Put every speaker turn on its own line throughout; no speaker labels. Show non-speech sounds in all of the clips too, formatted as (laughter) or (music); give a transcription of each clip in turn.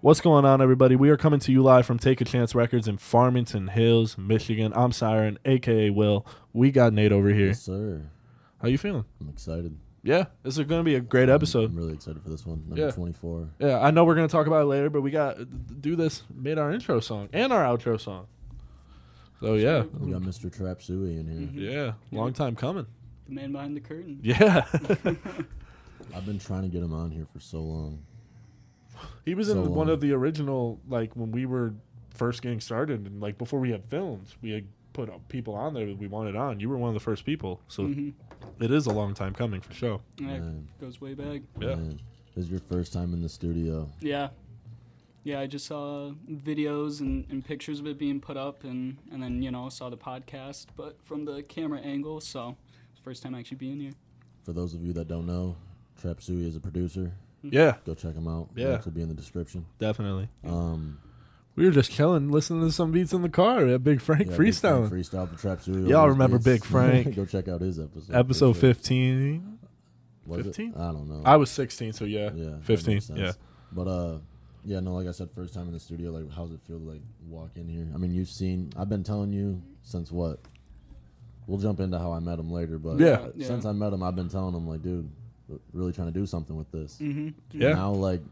What's going on, everybody? We are coming to you live from Take a Chance Records in Farmington Hills, Michigan. I'm Siren, aka Will. We got Nate over here.
Yes, sir.
How you feeling?
I'm excited.
Yeah, this is going to be a great
I'm
episode.
really excited for this one. Number
Yeah.
24.
Yeah, I know we're going to talk about it later, but we got to do this mid our intro song and our outro song. So yeah,
We got Mr. Trapsui in here.
yeah, long time coming. (laughs)
The man behind the curtain. (laughs)
Yeah, (laughs) Mm-hmm.
I've been trying to get him on here for so long.
he was in
So
one
long.
of the original like when we were first getting started and like before we had films, we had put uh, people on there that we wanted on. You were one of the first people, so
Mm-hmm.
Mhm.
it is a long time coming for sure.
Yeah,
Man.
it goes way back.
Yeah.
Man, this is your first time in the studio.
Yeah. Yeah, I just saw videos and, and pictures of it being put up and, and then, you know, saw the podcast, but from the camera angle, so it's the first time actually being here.
For those of you that don't know, Trapsui is a producer.
Yeah,
Go check him out.
Yeah.
Links will be in the description.
definitely.
Um,
We were just chilling, listening to some beats in the car at Big Frank
yeah, Big Frank
freestyling.
Freestyle for Trapsui.
Y'all
All his
remember
beats. (laughs)
Big Frank.
Go check out his episode. for
Episode
sure.
fifteen.
Was it?
15?
I don't know.
I was sixteen, so yeah,
yeah, that
fifteen.
makes sense.
Yeah,
But uh, yeah, no, like I said, first time in the studio. Like, how's it feel to like walk in here? I mean, you've seen. I've been telling you since what. We'll jump into how I met him later, but
Yeah.
Yeah.
since I met him, I've been telling him like, dude, we're really trying to do something with this.
Mm-hmm.
yeah.
Now, like,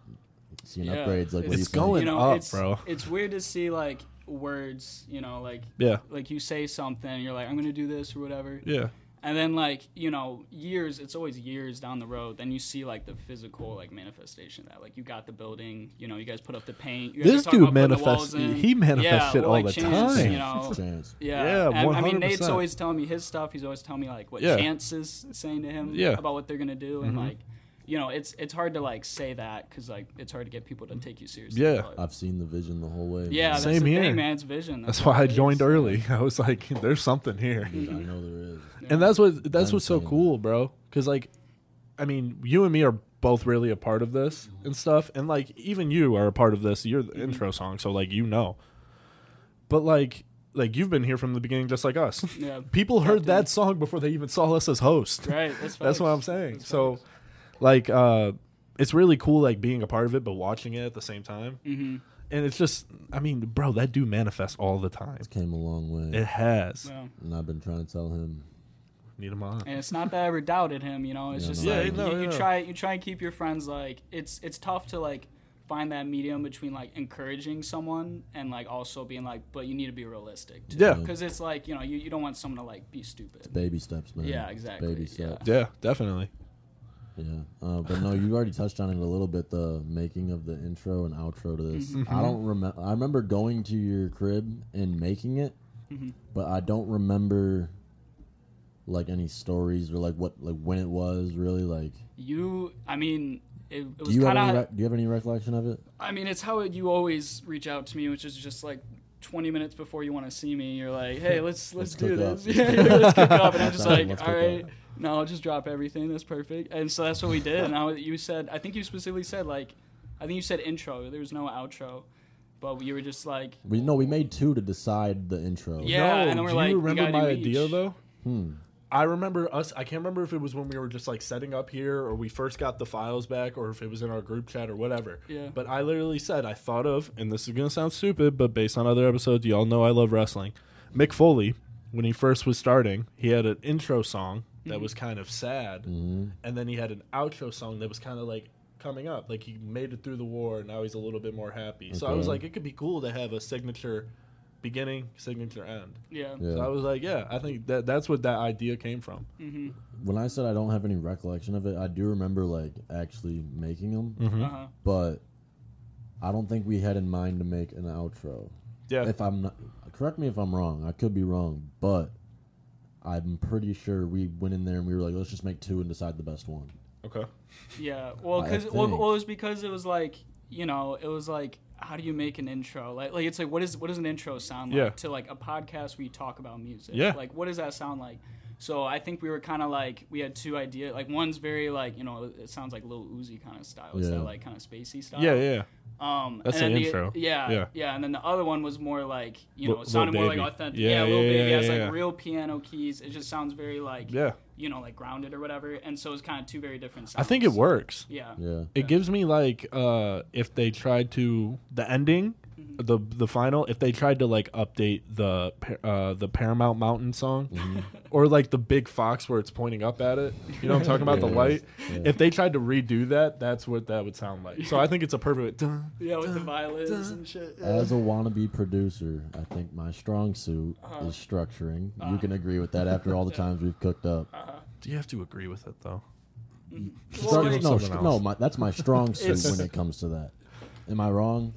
seeing
Yeah.
upgrades, like, what do you
It's
think?
going- Pulling
You know,
up,
it's,
bro.
it's weird to see, like, words, you know, like,
yeah,
like you say something, and you're like, I'm going to do this or whatever.
yeah,
And then, like, you know, years, it's always years down the road. Then you see, like, the physical, like, manifestation of that. Like, you got the building, you know, you guys put up the paint. You guys
This
are talking
dude
about putting the
manifests-
walls in.
he manifests
Yeah,
shit
well,
all
like,
the
chance,
time. (laughs)
You know,
chance.
yeah.
Yeah,
And, I mean,
100%.
Nate's always telling me his stuff. He's always telling me, like, what
Yeah.
Chance is saying to him
Yeah. Mm-hmm.
about what they're going to do. And, like, you know, it's it's hard to, like, say that because, like, it's hard to get people to take you seriously.
Yeah.
but-
I've seen the vision the whole way.
yeah, that's
man.
Same
the
here.
thing, man. It's vision.
That's why I
what it
joined
is.
early. (laughs) I was like, "There's something here,"
Dude, I know there is.
and that's what that's
I'm
what's so
saying.
cool, bro. Because like, I mean, you and me are both really a part of this
Mm-hmm.
and stuff, and like, even you are a part of this. You're the intro song, so like, you know. But like, like you've been here from the beginning, just like us.
(laughs) Yeah.
People heard
Definitely.
that song before they even saw us as hosts.
Right. That's,
(laughs) That's what I'm
facts.
saying.
That's
so, like, uh, it's really cool, like being a part of it, but watching it at the same time. Mm-hmm. And it's just, I mean, bro, that dude manifests all the time.
Came a long way,
It has.
facts. Yeah.
and I've been trying to tell him.
Need him on.
and it's not that I ever doubted him. You know, it's
Yeah,
just
no. Yeah,
like
no,
you, you
yeah.
try you try and keep your friends like it's it's tough to like find that medium between like encouraging someone and like also being like, but you need to be realistic. Too.
Yeah.
because it's like you know you, you don't want someone to like be stupid.
Baby steps, man.
Yeah, exactly,
Baby
yeah.
steps.
Yeah, definitely.
Yeah, uh, but no, you already touched on it a little bit. The making of the intro and outro to this.
Mm-hmm.
I don't remember. I remember going to your crib and making it,
Mm-hmm.
but I don't remember like any stories or like what like when it was really like.
You, I mean, it, it
Do
was
you have any?
kind
Re-
of.
do you have any recollection of it?
I mean, it's how you always reach out to me, which is just like. 20 minutes before you want to see me, you're
(laughs)
like, hey, let's
Let's
let's, do
cook
this. (laughs)
up.
Yeah, yeah, let's cook up.
(laughs)
And I'm just
Sorry,
like,
let's
all
cook up.
right, no, I'll just drop everything. That's perfect. And so that's what we did. And I, you said, I think you specifically said, like, I think you said intro. There was no outro. But you were just like,
We no, we made two to decide the intro.
Yeah. and then we're
do
like,
you
we
remember
gotta
my
do
idea
each.
though?
Hmm.
I remember us. I can't remember if it was when we were just like setting up here, or we first got the files back, or if it was in our group chat or whatever.
Yeah.
But I literally said I thought of, and this is gonna sound stupid, but based on other episodes, y'all know I love wrestling. Mick Foley, when he first was starting, he had an intro song that
Mm-hmm.
was kind of sad, and then he had an outro song that was kind of like coming up, like he made it through the war, and now he's a little bit more happy. So I was
Okay.
like, it could be cool to have a signature beginning, signature end.
yeah.
Yeah. Mm-hmm.
So I was like, yeah, I think that that's what that idea came from.
When I said I don't have any recollection of it, I do remember like actually making them,
Uh-huh.
but I don't think we had in mind to make an outro.
Yeah.
if I'm not, correct me if I'm wrong. I could be wrong, but I'm pretty sure we went in there and we were like, let's just make two and decide the best one.
okay.
Yeah. Well,
I
because well,
think.
well, it was because it was like you know it was like how do you make an intro like like it's like what is what does an intro sound like
Yeah.
to like a podcast where you talk about music
Yeah.
like what does that sound like So I think we were kind of like we had two ideas. Like one's very like you know it sounds like Lil Uzi kind of style. It's
Yeah.
that like kind of spacey style.
Yeah, yeah.
Um,
That's
and
the
then
intro.
Yeah,
Yeah.
yeah, And then the other one was more like you
Lil-
know it sounded
Lil
more like
Baby.
authentic.
Yeah,
Yeah, little
yeah,
baby
yeah,
has
yeah.
like real piano keys. It just sounds very like
Yeah.
you know like grounded or whatever. And so it's kind of two very different.
I
Sounds.
think it works.
Yeah.
Yeah.
It gives me like uh if they tried to the ending, the the final. If they tried to like update the Par- uh the Paramount Mountain song,
Mm-hmm.
or like the Big Fox where it's pointing up at it. You know what I'm talking about? The
Yeah.
light.
Yeah.
If they tried to redo that, that's what that would sound like. So I think it's a perfect. dun,
Yeah, with the violins and shit.
As a wannabe producer, I think my strong suit is structuring. you can agree with that after all the times we've cooked up.
Do you have to agree with it though?
Start-
give him
no,
something
sh-
else.
no, my, that's my strong suit
It's-
when it comes to that. Am I wrong?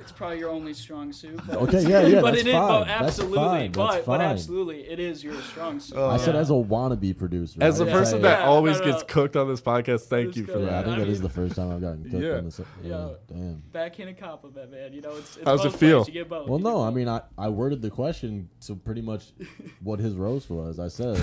It's probably your only strong suit. But
Okay, yeah, yeah,
(laughs) but
that's
it is
fine.
oh,
That's
absolutely,
fine,
but
that's
but
fine.
absolutely, it is your strong suit.
I said
Yeah.
as a wannabe producer.
Oh, As the
I didn't
person
say-
that
Yeah,
always
no, no.
gets cooked on this podcast, thank you for
Let's go.
Yeah, I
that.
think
I
that is
mean-
the first time I've gotten cooked
Yeah.
on this. Yeah, damn.
backhand and compliment, man. You know, it's, it's
How's it
both ways.
feel?
You get both.
Well,
You get
no, I
both.
mean, I, I worded the question to pretty much what his roast was. I
(laughs)
said,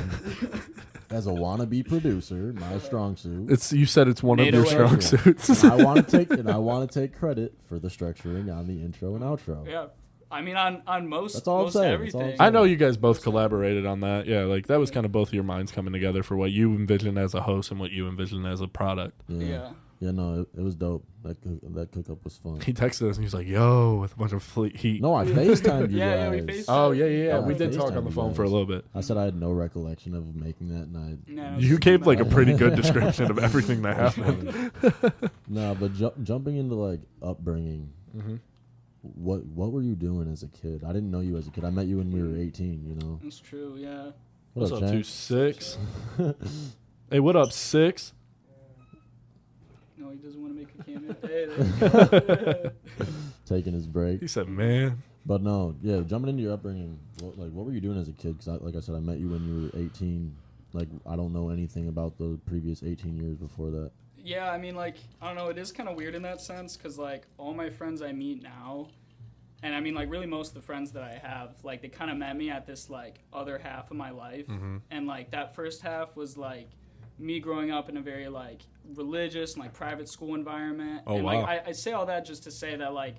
as a wannabe producer, my strong suit.
(laughs)
It's you said it's one
NATO
of your strong
entry.
suits.
I want to take and I want to take credit for the structuring on the intro and outro.
yeah. I mean, on on most
That's all I'm
most
saying. That's all
everything.
I'm
I know you guys both collaborated on that. Yeah, like that was kind of both of your minds coming together for what you envision as a host and what you envision as a product.
Yeah.
Yeah.
Yeah, no, it, it was dope. That cook, that cook up was fun.
He texted us and he's like, "Yo," with a bunch of fleet heat.
No, I FaceTimed you
(laughs) Yeah, yeah, we
guys.
FaceTimed.
Oh yeah, yeah, yeah.
Yeah,
we did
FaceTime
talk on the
you
phone for a
guys.
little bit.
I said I had no recollection of making that, and I
No,
You
it's-
gave like a pretty
(laughs)
good description of everything that happened.
No, but ju- jumping into like upbringing,
Mm-hmm.
what what were you doing as a kid? I didn't know you as a kid. I met you when we were eighteen. You know.
That's true. Yeah.
What's up, two
Jack?
six? Hey, what up, six?
No, he doesn't want to make
(laughs)
a cameo. Hey, (laughs) there
Taking his break.
He said, "Man,
But no, yeah, jumping into your upbringing, what, like what were you doing as a kid? Because I, like I said, I met you when you were eighteen. Like I don't know anything about the previous eighteen years before that.
yeah, I mean, like, I don't know. It is kind of weird in that sense because, like, all my friends I meet now, and I mean, like, really most of the friends that I have, like, they kind of met me at this, like, other half of my life.
Mm-hmm.
And, like, that first half was, like, me growing up in a very, like, religious and, like, private school environment.
Oh,
and,
wow.
Like, I, I say all that just to say that, like,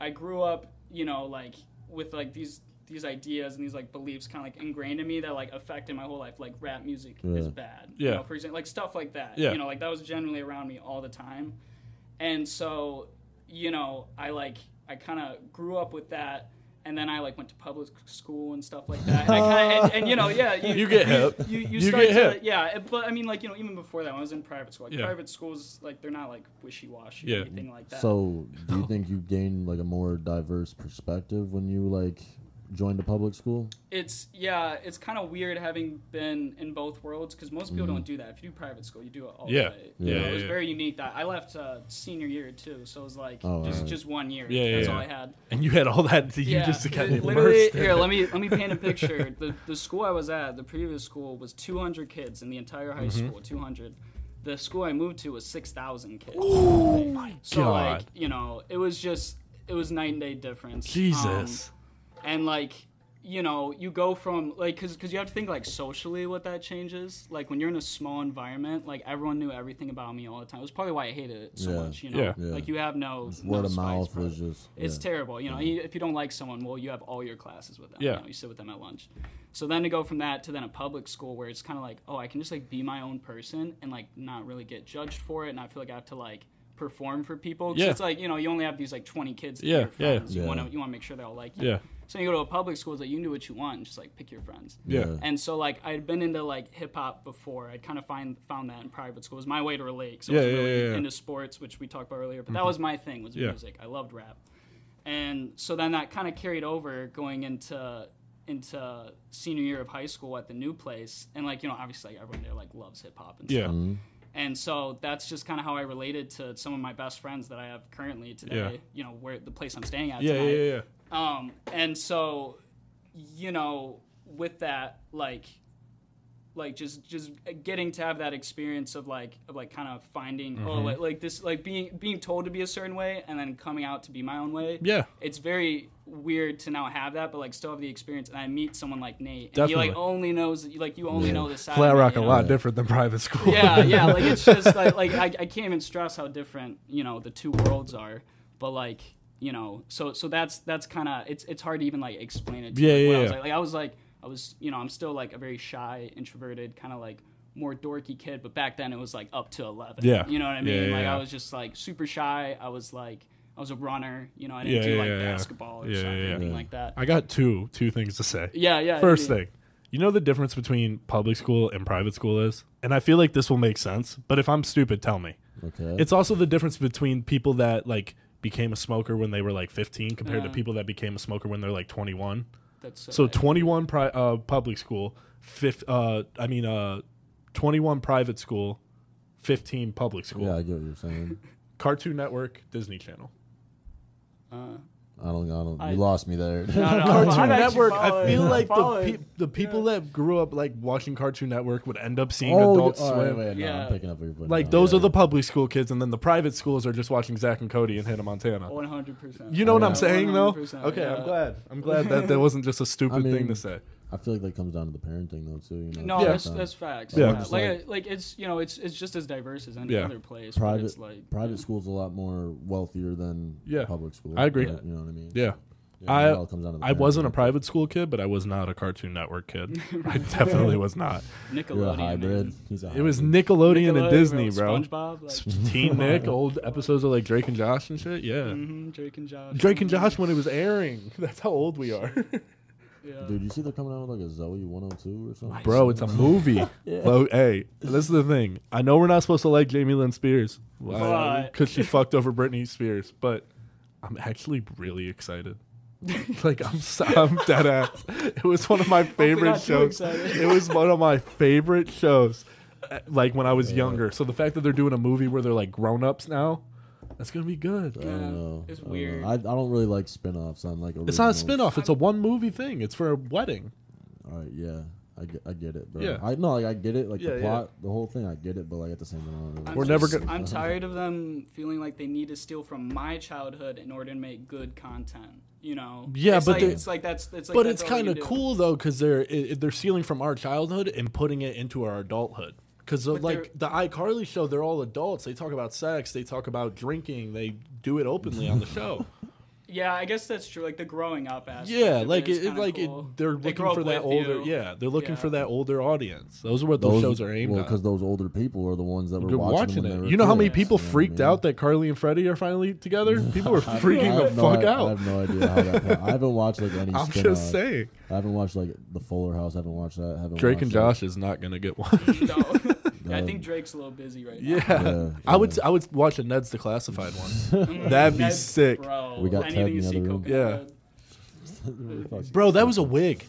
I grew up, you know, like, with, like, these. These ideas and these like beliefs kind of like ingrained in me that like affected my whole life. Like rap music is
Yeah.
bad,
Yeah.
You know, for example, like stuff like that.
Yeah.
You know, like that was generally around me all the time. And so, you know, I like I kind of grew up with that and then I like went to public school and stuff like that. And, I kinda, and,
(laughs)
and you know, yeah, you,
You get hip.
(laughs) You, you,
You
start
get
to,
hip.
yeah, it- but I mean, like you know, even before that, when I was in private school, like
Yeah.
private schools, like they're not like wishy washy
Yeah.
or anything like that.
So do you think you gained like a more diverse perspective when you like joined a public school?
it's yeah, it's kind of weird having been in both worlds because most people don't do that. If you do private school, you do it all
Yeah.
the way.
Mm-hmm. Yeah,
You know,
yeah,
it was
yeah.
very unique. That I left uh, senior year too, so it was like
Oh,
just
alright.
just one year.
Yeah, yeah,
that's
yeah.
all I had.
and you had all that. (laughs) You just got
it-
immersed." in
here.
it.
Let me let
(laughs)
me paint a picture. the the school I was at, the previous school, was 200 kids in the entire high
Mm-hmm.
school. 200. The school I moved to was 6,000 kids. Oh my so
God.
like you know, it was just it was night and day difference. Um,
Jesus.
and like you know you go from like because you have to think like socially what that changes like when you're in a small environment like everyone knew everything about me all the time it was probably why i hated it so
Yeah.
much you know
Yeah.
Yeah.
like you have no
Word
no
of
spikes,
mouth
bro.
was just.
It's
yeah.
terrible. You know, you, if you don't like someone, well, you have all your classes with them.
Mm-hmm. Yeah.
You, know, you sit with them at lunch. So then to go from that to then a public school where it's kind of like, oh, I can just like be my own person and like not really get judged for it, and I feel like I have to like perform for people. 'Cause
Yeah.
It's like you know, you only have these like twenty kids. That
Yeah,
yeah. Your
yeah.
friends. You
Yeah.
want to you want to make sure they all like you.
Yeah.
So you go to a public school, it's like you can do what you want and just like pick your friends.
Yeah.
And so like I'd been into like hip hop before. I kind of find found that in private school. It was my way to relate. So I
Yeah,
was
yeah,
really
yeah, yeah.
into sports, which we talked about earlier. But that was my thing was
Yeah.
music. I loved rap, and so then that kind of carried over going into into senior year of high school at the new place. And like you know, obviously like, everyone there like loves hip hop and
Yeah.
stuff.
Mm-hmm.
And so that's just kind of how I related to some of my best friends that I have currently today.
Yeah.
You know, where the place I'm staying at.
Yeah, yeah,
tonight.
yeah, yeah.
Um, and so, you know, with that, like, like just just getting to have that experience of like of like kind of finding
Mm-hmm.
oh like, like this like being being told to be a certain way and then coming out to be my own way
Yeah.
it's very weird to now have that but like still have the experience and i meet someone like nate and he
Definitely.
like only knows like you only
Yeah.
know this side
Flat
of it,
Rock
you
a
know?
lot different than private school.
yeah
(laughs)
yeah like it's just like, like I, I can't even stress how different you know the two worlds are but like you know so so that's that's kind of it's it's hard to even like explain it to
Yeah,
like, what
yeah,
I, was
yeah.
like. Like, I was like i was you know i'm still like a very shy introverted kind of like more dorky kid but back then it was like up to 11
Yeah.
you know what i
Yeah,
mean
yeah,
like
yeah.
i was just like super shy i was like i was a runner you know i didn't
Yeah,
do
yeah,
like
yeah, yeah.
basketball or
Yeah, yeah,
something
yeah.
anything like that
I got two two things to say.
yeah yeah I
First
mean-
thing, you know the difference between public school and private school is, and I feel like this will make sense. But if I'm stupid, tell me.
Okay.
It's also the difference between people that like became a smoker when they were like 15 compared to
Yeah.
people that became a smoker when they're like 21.
that's
So
right.
21 pri- uh, public school, fif- uh, I mean, uh, 21 private school, 15 public school.
yeah, I get what you're saying.
Cartoon Network, Disney Channel.
uh,
I don't. I don't.
I-
you lost me there. (laughs)
no, no,
Cartoon
I'm actually
Network. I
following-
feel
I'm
like the,
following.
pe- the people that grew up like watching Cartoon Network would end up seeing
oh,
Adult
you- all
Swim.
right, wait, no,
Yeah.
I'm picking up what you're putting
Like
down.
those
Yeah,
are the public school kids, and then the private schools are just watching Zach and Cody and Hannah Montana.
One hundred percent.
You know what
Yeah.
I'm saying, though? Okay,
yeah.
I'm glad. I'm glad that
(laughs)
that wasn't just a stupid
I mean,
thing to say.
I feel like that comes down to the parenting though too. You know,
No,
Yeah.
that's
Um,
that's facts.
Yeah.
Yeah,
Just
like
like-
uh, like it's you know it's it's just as diverse as any
Yeah.
other place. but
private
it's like
private school's a lot more wealthier than
Yeah.
public school.
I agree.
You know what I mean?
Yeah.
Yeah,
I-
it all comes down to the
I wasn't a
parenting.
private school kid, but I was not a Cartoon Network
(laughs)
kid. I definitely was not.
Nickelodeon.
You're a hybrid.
man.
He's a
It was
hybrid.
Nickelodeon,
Nickelodeon,
and Disney, bro.
SpongeBob,
(laughs)
like
Teen Nick, old episodes of like Drake and Josh and shit. Yeah,
mhm, Drake and Josh.
Drake and
mhm,
Josh when it was airing. (laughs) That's how old we are,
Yeah.
Dude, you see they're coming out with like a Zoe 102 or something.
bro. It's a
(laughs)
movie. Lo- hey, this is the thing. I know we're not supposed to like Jamie Lynn Spears
But-
because she fucked over Britney Spears, but I'm actually really
(laughs)
excited. like I'm, so, I'm dead ass. It was one of my favorite
not too
shows.
excited.
It was one of my favorite shows. uh, Like when I was younger. So the fact that they're doing a movie where they're like grown ups now, that's gonna be good.
I
Yeah,
don't know.
it's
I don't know.
weird.
I, I don't really like spin-offs on like
It's not a
originals.
spin-off. It's a one movie thing. It's for a wedding.
All right, yeah. I get, I get it, bro.
Yeah.
I no, like I get it, like
Yeah,
the
yeah.
plot, the whole thing. I get it, but like at the same time, I don't really
I'm
We're
just-
never gonna-
(laughs)
I'm tired of them feeling like they need to steal from my childhood in order to make good content. You know?
Yeah,
It's
but
like,
they-
it's like that's it's like
but
that's
it's
all you
kind of
do.
cool though because they're i they're stealing from our childhood and putting it into our adulthood. Because like the iCarly show, they're all adults. They talk about sex. They talk about drinking. They do it openly
(laughs)
on the show.
Yeah, I guess that's true. Like the growing up aspect.
Yeah,
of
like
is
it, it
kinda
like
cool.
it, they're
They
looking
grow
for
up
that
with
older.
you. (laughs)
Yeah, they're looking
Yeah.
for that older audience. Those are what those,
Those
shows are aimed
well,
at.
because those older people are the ones that were
You're watching
watching, them when
it.
they were
You know how many
kids,
people
you know what I
freaked
mean?
out that Carly and Freddie are finally
(laughs)
together? People were
I
freaking the
have no,
fuck
i- I
out.
have no idea how that. happened. I haven't
(laughs)
watched like any.
I'm
spin-off.
just saying.
I haven't watched like the Fuller House. I haven't watched that. I haven't
Drake
watched
and
like,
Josh is not gonna get one.
No.
(laughs)
Yeah, I think Drake's a little busy right now.
Yeah.
Yeah,
(laughs) I would
yeah.
I would watch a Ned's Declassified one. That'd be
Mm. That's-
sick. Bro.
Bro,
We got
anything
Ted in
you
the
see
other room.
Coconut
Yeah.
(laughs)
Head.
(laughs) that was a wig.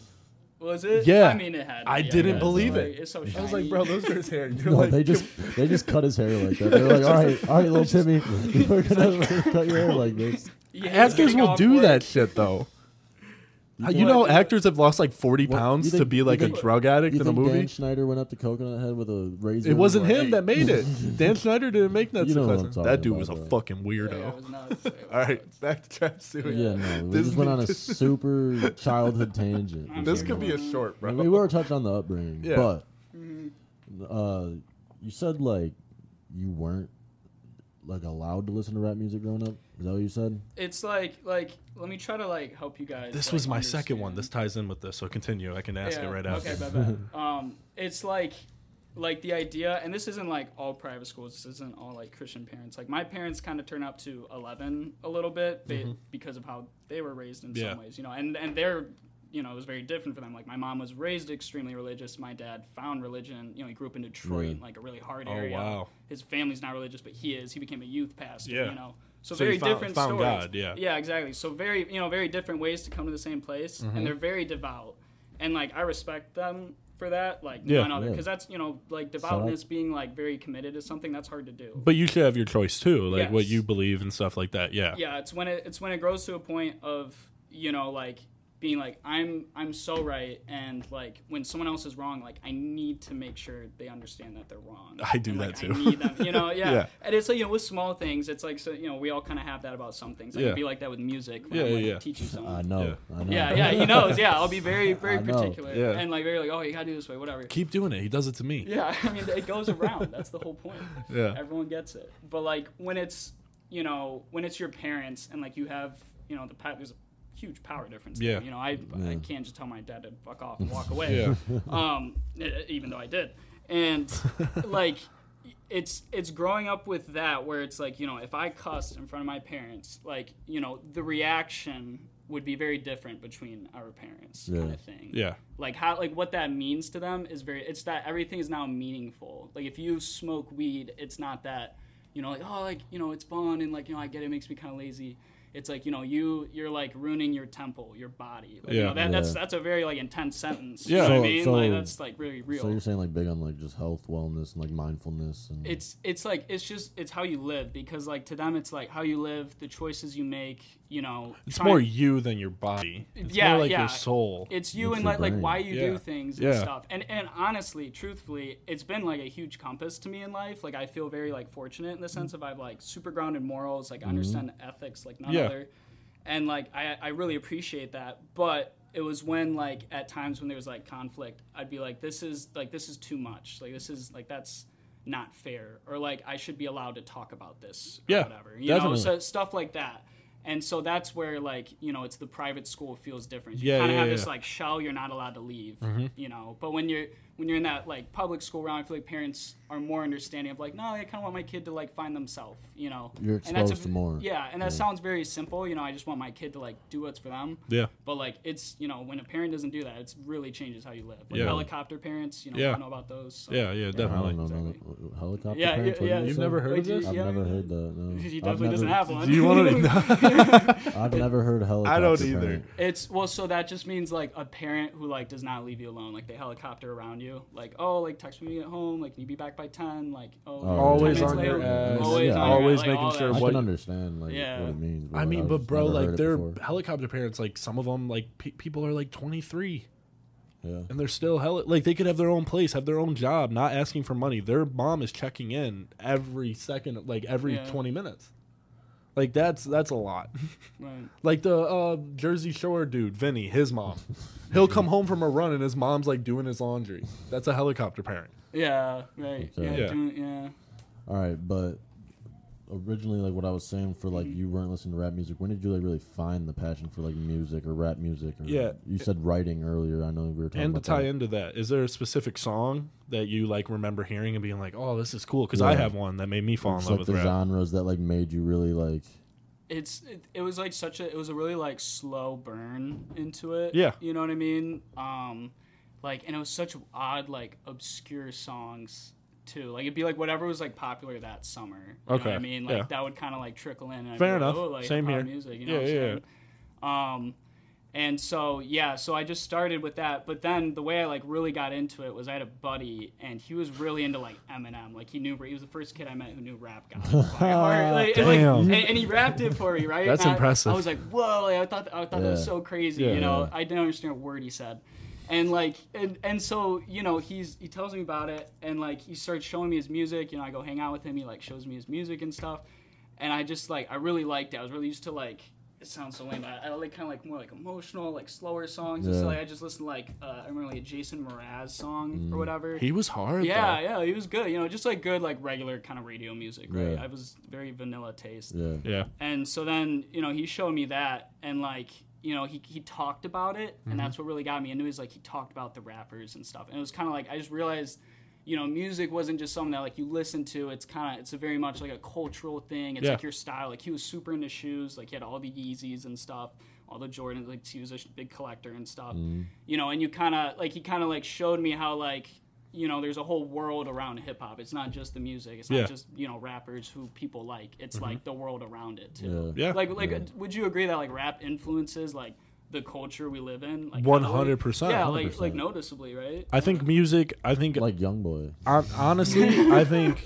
Was it?
Yeah.
I mean, it had. to
I
be,
didn't
guess.
believe
Like,
it.
It's so
I was
shiny.
like, bro, those are his hair. You're
No,
like, (laughs)
they just they just cut his hair like that. They're like, all right, all right, little Timmy, (laughs) we're gonna (laughs) cut your hair like this.
(laughs) Yeah, it's
actors
getting
will
off
do
work.
that shit though. You,
think-
know,
What?
actors have lost like forty
What? You
pounds to
think-
be
you
like a
think-
drug addict
You
in a
think Dan
movie.
Schneider went up to Coconut Head with a razor?
It wasn't
and was
him
like,
that made it. (laughs) Dan Schneider didn't make Ned's
You know what I'm
Declassified.
talking
That dude was a
about, bro.
fucking
Yeah, it
weirdo.
was nuts. It was
(laughs) All right,
nuts.
back to Trap Suey.
Yeah, no, we
This
just went on a
is-
super childhood tangent. or
This
something.
could be a short,
I
bro.
mean, we were touched on the upbringing,
Yeah.
but uh, you said like you weren't like allowed to listen to rap music growing up. Is that what you said?
It's like, like, let me try to like help you guys.
This
like,
was my second one. This
understand.
ties in with this, so continue. I can ask it right
okay,
after. (laughs)
bye bye. um, it's like, like the idea, and this isn't like all private schools. This isn't all like Christian parents. Like my parents kind of turn up to eleven a little bit ba- because of how they were raised in
Mm-hmm. Yeah.
some ways, you know, and and they're. You know, it was very different for them. Like my mom was raised extremely religious. My dad found religion. You know, he grew up in Detroit,
Right.
like a really hard
Oh,
area.
wow.
His family's not religious, but he is. He became a youth pastor.
Yeah.
You know, so,
So he
very
found-
different
found
stories.
God, yeah.
Yeah, exactly. So very, you know, very different ways to come to the same place,
Mm-hmm.
and they're very devout, and like I respect them for that, like
Yeah.
none other,
Yeah.
because that's you know, like devoutness being like very committed to something that's hard to do.
But you should have your choice too, like what
Yes.
you believe and stuff like that. Yeah.
Yeah, it's when it it's when it grows to a point of you know like being like i'm i'm so right and like when someone else is wrong like i need to make sure they understand that they're wrong
I do
And,
that
like,
too.
I need them,
(laughs)
you know yeah.
Yeah.
and it's like you know with small things it's like so you know we all kind of have that about some things i
Yeah.
could be like that with music when
Yeah,
I'm, like,
yeah, yeah.
teaching someone
I know.
Yeah.
I know.
yeah yeah he knows yeah
(laughs)
i'll be very very
I know.
particular
Yeah.
and like very like oh you gotta do this way whatever
Keep doing it. He does it to me.
(laughs) yeah, I mean, it goes around. That's the whole point.
(laughs) Yeah.
Everyone gets it. But, like, when it's, you know, when it's your parents and, like, you have, you know, the pa- there's a huge power difference. there.
Yeah. Mm.
You know, I, I
Yeah.
can't just tell my dad to fuck off
(laughs)
and walk away.
Yeah.
Um, e- even though I did. And, like, it's it's growing up with that where it's like you know if I cussed in front of my parents like you know the reaction would be very different between our parents kind
Yeah.
of thing
Yeah.
like how like what that means to them is very it's that everything is now meaningful like if you smoke weed it's not that you know like oh like you know it's fun and like you know i get it, it makes me kind of lazy it's like you know you you're like ruining your temple your body like, you
Yeah.
know, that, that's
Yeah.
that's a very like intense sentence
Yeah.
you know
So-
what i mean
so-
like that's like really
(laughs)
real
So you're saying like big on like just health, wellness, and like mindfulness, and
it's it's like it's just it's how you live because like to them it's like how you live the choices you make you know
It's
trying-
more you than your body. It's
Yeah,
more like
yeah.
your soul.
it's you
It's
and
your
like, like
brain.
why you
Yeah.
do things and
Yeah.
stuff and and honestly truthfully it's been like a huge compass to me in life like i feel very like fortunate in the sense of i've like super grounded morals like I understand ethics like none
Yeah.
other and like I, I really appreciate that but it was when like at times when there was like conflict i'd be like this is like this is too much like this is like that's not fair or like i should be allowed to talk about this or
Yeah,
whatever you
definitely.
know so stuff like that and so that's where like you know it's the private school feels different you
Yeah,
kind of
yeah,
have
yeah. Mm-hmm.
this like shell you're not allowed to leave you know but when you're when you're in that like public school realm i feel like parents are more understanding of like no i kind of want my kid to like find themselves you know
You're
and that's a
exposed to
v-
more.
yeah and that sounds very simple you know i just want my kid to like do what's for them
yeah.
but like it's you know when a parent doesn't do that it really changes how you live like
Yeah.
helicopter parents you know
Yeah.
I don't know about those so.
Yeah, yeah,
I don't
definitely.
know,
Exactly.
no, no, helicopter
Yeah,
parents. what
yeah,
did
yeah.
you
You've
say?
never heard of
Wait,
this?
I've
Yeah,
never
yeah.
heard that. No,
(laughs) he
I've
definitely
never,
doesn't have one
Do you want to know?
(laughs)
(laughs) I've never heard helicopter.
either.
parent.
It's well, so that just means like a parent who like does not leave you alone, like they helicopter around you, like oh, like text me when you get home, like can you be back by ten, like oh, 10
Always
minutes
on your
later,
ass.
always,
Yeah.
on your
Always
ass, like,
making
all
sure
that
I
what-
can understand like
Yeah,
what it means.
I mean,
I've
but
just
bro,
never heard
like
it
they're
before.
helicopter parents. Like some of them, like pe- people are like 23
yeah.
and they're still heli- like they could have their own place, have their own job, not asking for money. Their mom is checking in every second, like every
Yeah.
20 minutes. Like that's that's a lot.
shit. Right.
Like the uh, Jersey Shore dude, Vinny, his
(laughs)
mom. He'll come home from a run and his mom's like doing his laundry. That's a helicopter parent.
Yeah, right.
Okay.
Yeah,
Yeah.
doing- yeah.
All right, but originally, like what I was saying for like you weren't listening to rap music. When did you like really find the passion for like music or rap music? Or,
Yeah.
you said writing earlier. I know we were talking
And to
about
tie
that.
into that, is there a specific song that you like remember hearing and being like, "Oh, this is cool"? Because I
Yeah.
have one that made me fall in
It's
love
like
with
the
rap.
genres that like made you really like. (laughs)
It's it, it was like such a it was a really like slow burn into it.
Yeah.
you know what I mean. Um, like and it was such odd like obscure songs too. Like it'd be like whatever was like popular that summer. You know what
Okay,
I mean, like
yeah.
that would kind of like trickle in. And I'd be
Fair
like,
enough.
"Oh, like,
Same
hot
here.
Music, you know
Yeah,
what I'm
yeah,
saying? Um, and so yeah, so I just started with that. But then the way I like really got into it was I had a buddy, and he was really into like Eminem. Like he knew he was the first kid I met who knew rap God. by
Oh,
heart. Like, and, like,
Damn.
and, and he rapped it for me, right?
That's
And I-
impressive.
I was like, whoa! Like, I thought I thought that was
Yeah.
so crazy.
Yeah.
you know, I didn't understand a word he said. And like and, and so, you know, he's he tells me about it and like he starts showing me his music, you know, I go hang out with him, he like shows me his music and stuff. And I just like I really liked it. I was really used to like it sounds so lame, but I, I like kinda like more like emotional, like slower songs. And so
Yeah.
like, I just listened to like uh, I remember like a Jason Mraz song
Mm.
or whatever.
He was hard.
yeah,
though.
yeah, he was good. You know, just like good, like regular kind of radio music, right?
Yeah.
I was very vanilla taste.
Yeah,
yeah.
And so then, you know, he showed me that and like, you know, he, he talked about it
Mm-hmm.
and that's what really got me into it is like he talked about the rappers and stuff. And it was kinda like I just realized, you know, music wasn't just something that like you listen to. It's kinda it's a very much like a cultural thing. It's
Yeah.
like your style. Like he was super into shoes, like he had all the Yeezys and stuff. All the Jordans, like he was a sh- big collector and stuff,
Mm-hmm.
you know. And you kind of like he kind of like showed me how like you know there's a whole world around hip hop. It's not just the music. It's
Yeah.
not just you know rappers who people like. It's like the world around it too.
yeah,
Mm-hmm. Yeah.
Like, like, uh, would you agree that like rap influences like the culture we live in? Like,
One
heavily?
hundred percent.
Yeah, like, like noticeably, right?
I think music. I think
like YoungBoy.
hon- honestly, I think.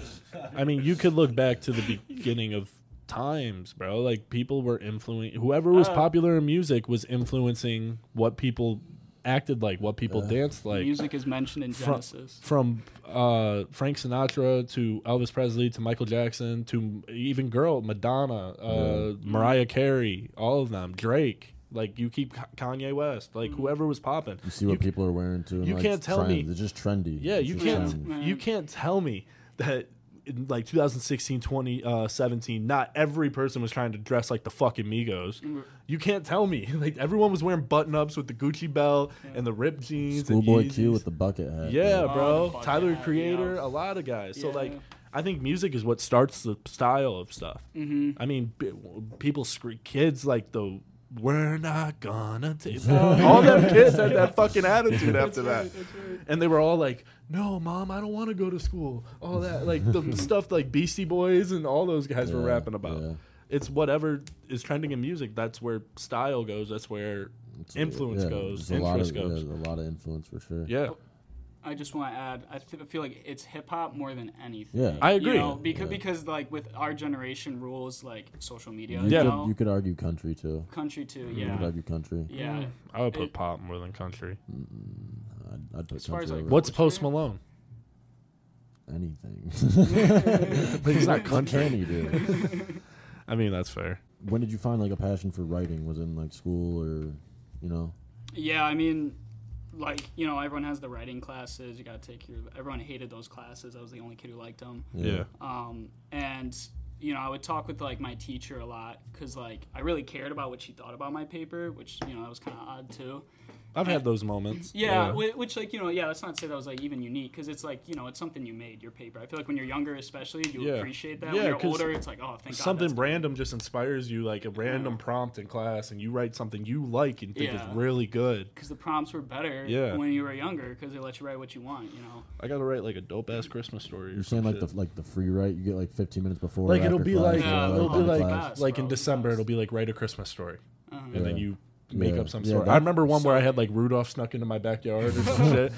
I mean, you could look back to the beginning of times, bro. Like people were influencing whoever was
Uh,
popular in music was influencing what people acted like, what people
Yeah.
danced like.
Music is mentioned in
From-
Genesis.
From uh, Frank Sinatra to Elvis Presley to Michael Jackson to even girl Madonna, uh, Mariah Carey, all of them, Drake. Like you keep Kanye West, like whoever was popping.
You see what people are wearing too. and,
you
like,
can't tell
trends.
me-
It's just trendy.
Yeah,
It's
you
just
can't
trends.
Yeah.
you can't tell me that in like 2016, 20, uh, 17, not every person was trying to dress like the fucking Migos. You can't tell me (laughs) like everyone was wearing button ups with the Gucci belt and the ripped jeans. and
Schoolboy Q
Yeezys.
with the bucket hat.
yeah,
dude.
the
bro,
fucking
Tyler the
hat,
Creator,
yeah.
a lot of guys. So
Yeah.
like. I think music is what starts the style of stuff.
Mm-hmm.
I mean, b- people, scre- kids like the "We're not
(laughs)
gonna take." all them kids had that fucking attitude after that and they were all like, "No, mom, I don't want to go to school." All that, like
(laughs)
the stuff like Beastie Boys and all those guys were
Yeah,
rapping about.
yeah.
It's whatever is trending in music. That's where style goes. That's where
It's a-
influence
yeah,
goes.
there's A lot
Interest
of, yeah,
goes.
there's a lot of influence for sure.
Yeah.
I just want to add. I feel, I feel like it's hip hop more than anything.
Yeah.
I
You
agree.
know, because
Yeah.
because like with our generation rules like social media.
You,
You
could,
know?
you could argue country too.
country too.
Mm-hmm.
You could
Yeah.
argue country.
Yeah.
I would put
It-
pop more than country.
I'd, I'd put
As far as,
country
like,
over
What's
Country?
Post Malone?
(laughs)
anything.
But (laughs) he's not
What
country.
can he do?
I mean, that's fair.
When did you find like a passion for writing? Was it in like school or, you know?
Yeah, I mean, like you know, everyone has the writing classes. You gotta take your. Everyone hated those classes. I was the only kid who liked them.
Yeah.
Um, and you know, I would talk with like my teacher a lot because like I really cared about what she thought about my paper, which you know that was kind of odd too.
I've had those moments.
Yeah, whi- which like you know, yeah, that's not to say that was like even unique because it's like you know it's something you made your paper. I feel like when you're younger, especially, you
Yeah.
appreciate
Yeah,
that. when you're
'cause
older, it's like oh, thank
something
(laughs) God.
random just inspires you, like a random promp in class, and you write something you like and think
Yeah.
is really good.
Because the prompts were better
Yeah.
when you were younger because they let you write what you want. You know.
I gotta write like a dope ass Christmas story. or
You're
some
saying like
shit.
the like the free write you get like 15 minutes before.
like
or
it'll
after
be
class,
like
Yeah,
or
it'll be
after
like
class.
class,
like
bro,
in December
class.
it'll be like write a Christmas story
Uh-huh.
and then
Yeah.
you make
Yeah.
up some
Yeah,
story.
that-
I remember one where I had like Rudolph snuck into my backyard or
(laughs)
some shit.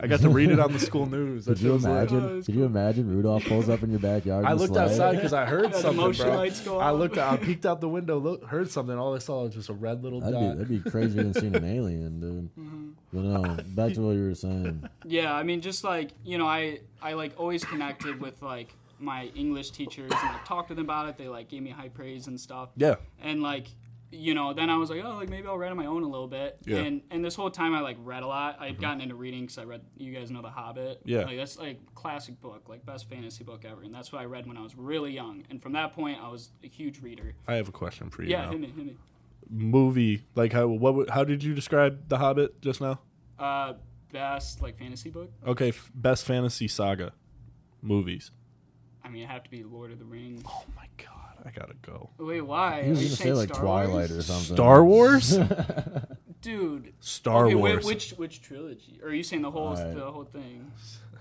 I got to read it on the school news. That
Could
shit
you
was lit.
imagine?
"Oh, it's
could you imagine Rudolph pulls up in your backyard?
I
in a
looked
sleigh?
outside because I heard
Yeah, (laughs) the
something,
motion
bro.
lights go
I
on.
looked out, I peeked out the window, look, heard something. All I saw was just a red little
That'd be,
dot.
that'd be crazier than seeing an alien, dude. But no, back to what you were saying.
Mm-hmm. Yeah, I mean, just like you know, I I like always connected with like my English teachers and I talked to them about it. They like gave me high praise and stuff.
yeah,
And like, you know, then I was like, oh, like maybe I'll write on my own a little bit.
Yeah.
And and this whole time I like read a lot.
Mm-hmm.
I had gotten into reading because I read. You guys know The Hobbit.
Yeah.
Like that's like classic book, like best fantasy book ever. And that's what I read when I was really young. And from that point, I was a huge reader.
I have a question for you.
Yeah,
now.
hit me, hit me.
Movie, like how what? would- How did you describe The Hobbit just now?
Uh, best like fantasy book.
Okay, f- best fantasy saga movies.
I mean, it have to be Lord of the Rings.
Oh my god, I gotta go.
Wait, why?
He was
Are you
gonna say
saying
like
Star
Twilight
Wars?
or something.
Star
(laughs)
Wars.
Dude,
Star
okay, whi-
Wars.
Which which trilogy? Or are you saying the whole
Alright.
the whole thing?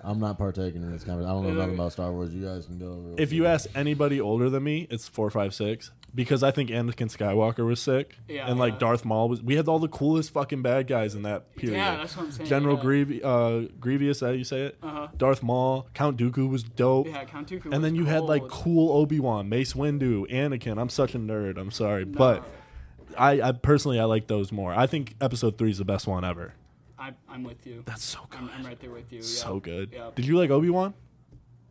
I'm not partaking in this conversation. I don't know
Yeah.
nothing about Star Wars. You guys can go. real
if you
quick.
ask anybody older than me, it's four, five, six. Because I think Anakin Skywalker was sick,
Yeah,
and like
yeah.
Darth Maul was. We had all the coolest fucking bad guys in that period.
Yeah, that's what I'm saying.
General
yeah.
Grievous, uh, Grievous, how do you say it?
Uh-huh.
Darth Maul, Count Dooku was dope.
Yeah, Count Dooku. was
and then you had like
cold.
cool Obi Wan, Mace Windu, Anakin. I'm such a nerd. I'm sorry,
No,
but I, I personally I like those more. I think Episode Three is the best one ever.
I, I'm with you.
That's so good.
I'm, I'm right there with you. Yeah.
So good.
Yeah.
Did you like Obi Wan?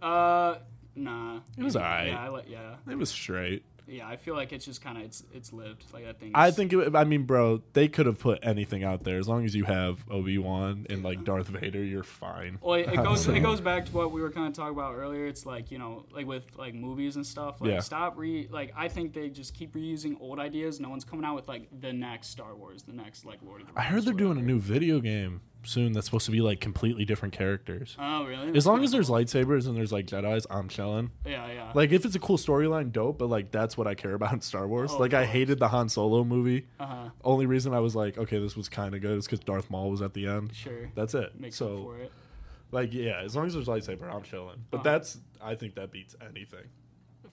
Uh, nah.
It was alright.
Yeah, I li- yeah,
It was straight.
yeah. I feel like it's just kind of it's it's lived like that thing.
I
is-
think it, I mean, bro, they could have put anything out there as long as you have Obi Wan and like Darth Vader, you're fine.
Well, it, it goes
(laughs)
it goes back to what we were kind of talking about earlier. It's like you know, like with like movies and stuff. Like
Yeah.
stop re like I think they just keep reusing old ideas. No one's coming out with like the next Star Wars, the next like Lord of the Rings.
I heard they're doing a
whatever.
new video game soon that's supposed to be like completely different characters.
Oh really?
As long as there's lightsabers and there's like Jedi's, I'm chilling.
yeah yeah.
Like if it's a cool storyline, dope. But like that's what I care about in Star Wars.
Oh,
like
of
I hated the Han Solo movie.
uh huh.
Only reason I was like, okay, this was kind of good is because Darth Maul was at the end.
Sure.
That's it.
Makes up
so
for it.
like yeah, as long as there's lightsaber, I'm chilling. But
Uh-huh.
that's I think that beats anything.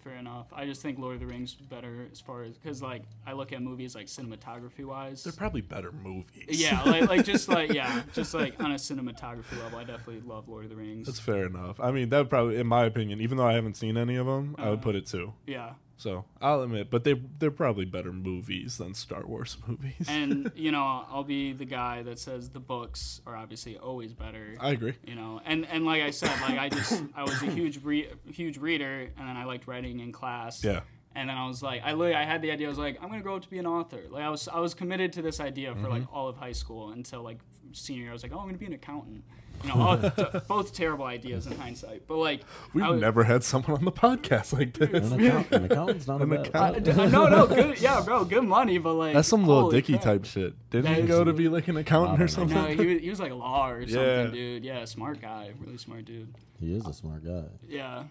Fair enough. I just think Lord of the Rings better as far as because like I look at movies like cinematography wise.
They're probably better movies. (laughs)
Yeah, like, like just like yeah, just like on a cinematography level, I definitely love Lord of the Rings. Uh-huh.
That's fair enough. I mean, that would probably, in my opinion, even though I haven't seen any of them, I would put it two.
yeah,
So I'll admit, but they they're probably better movies than Star Wars (laughs) movies.
and you know, I'll be the guy that says the books are obviously always better.
I agree.
you know, and and like I said, like I just I was a huge re- huge reader, and then I liked writing in class.
Yeah.
And then I was like, I literally I had the idea. I was like, I'm gonna grow up to be an author. Like I was I was committed to this idea for
Mm-hmm.
like all of high school until like senior year. I was like, oh, I'm gonna be an accountant. You know, all, t- both terrible ideas in hindsight. But like,
We've
I was, (laughs)
never had someone on the podcast like this.
An, account, an
(laughs)
accountant's not
An
a bad.
accountant.
D- no, no, good, yeah, bro, good money, but like
That's some little
holy
Dicky
crap.
type shit. Didn't
That
he
is-
go to be like an accountant
I
or
don't
something?
No, he was, he was like law or something,
Yeah.
dude. Yeah, smart guy, really smart dude.
He is a smart guy.
Yeah,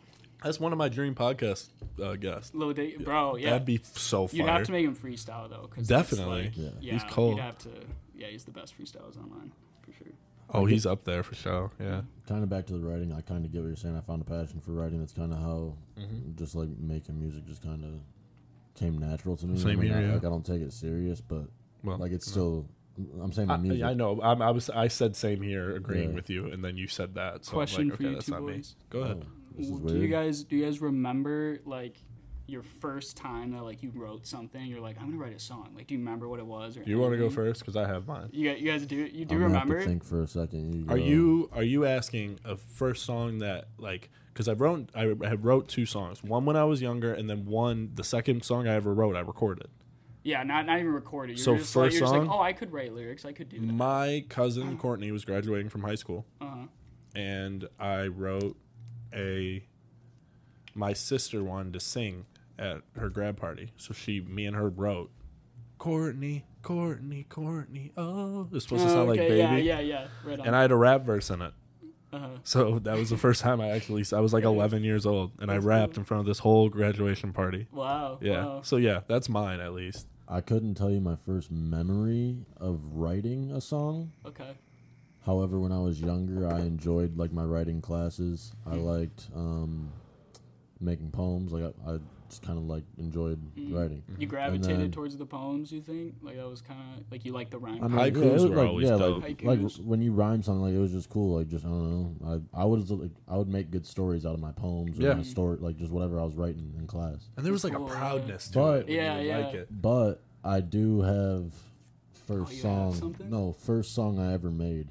That's one of my dream podcast uh, guests.
little Dicky, bro. Yeah,
That'd be so fire.
You'd have to make him freestyle though, because
Definitely.
like,
Yeah.
yeah.
He's cold.
You'd have to, yeah, he's the best freestylers online for sure.
oh, he's up there for sure. Yeah.
Kind of back to the writing. I kind of get what you're saying. I found a passion for writing. That's kind of how, just like making music, just kind of came natural to me.
Same
I mean,
here,
I-
yeah.
Like I don't take it serious, but
Well,
like it's still. I'm saying my music.
I, I know. I'm, I was. I said same here, agreeing
Yeah.
with you, and then you said that. So I'm
Question
like,
for
okay,
you
that's
two
not me.
boys.
Go ahead.
Oh, this is
Do
weird.
you guys do you guys remember like your first time that like you wrote something? You're like, I'm gonna write a song. Like, do you remember what it was? Or
Do you want to go
anything?
first? Because I have mine.
You guys, you guys do you do
I'm gonna have to
remember?
think for a second.
Are
Uh,
go.
you are you asking a first song that like because I wrote I I wrote two songs one when I was younger and then one the second song I ever wrote I recorded.
Yeah, not not even recorded. You're
So
just like,
first
you're
song?
Just like, oh, I could write lyrics. I could do
Mm.
that.
My cousin Courtney was graduating from high school,
Uh-huh.
and I wrote a my sister wanted to sing at her grad party, so she me and her wrote Courtney Courtney Courtney. Oh, it's supposed to sound like
okay,
baby,
Yeah, yeah, yeah. Right on.
and I had a rap verse in it.
uh-huh.
So that was the first time I actually I was like 11 years old and I
That's
rapped
cool.
in front of this whole graduation party.
Wow.
Yeah.
Wow.
So yeah, that's mine at least.
I couldn't tell you my first memory of writing a song.
Okay.
However, when I was younger, I enjoyed like my writing classes. I liked um, making poems. Like I, I just kind of like enjoyed writing.
You gravitated
then-
towards the poems. You think like that was kind of like you like the rhyme.
I mean,
Haikus
it was,
were always dope.
like, like
Haikus.
when you rhyme something, like it was just cool. Like just I don't know. I I was like I would make good stories out of my poems or
Yeah.
my story, like just whatever I was writing in class.
And there was like a
Cool, yeah.
proudness to
But-
it. when you
Yeah,
would
yeah.
Like it.
But I do have first
Oh, you have
song.
something?
no, first song I ever made.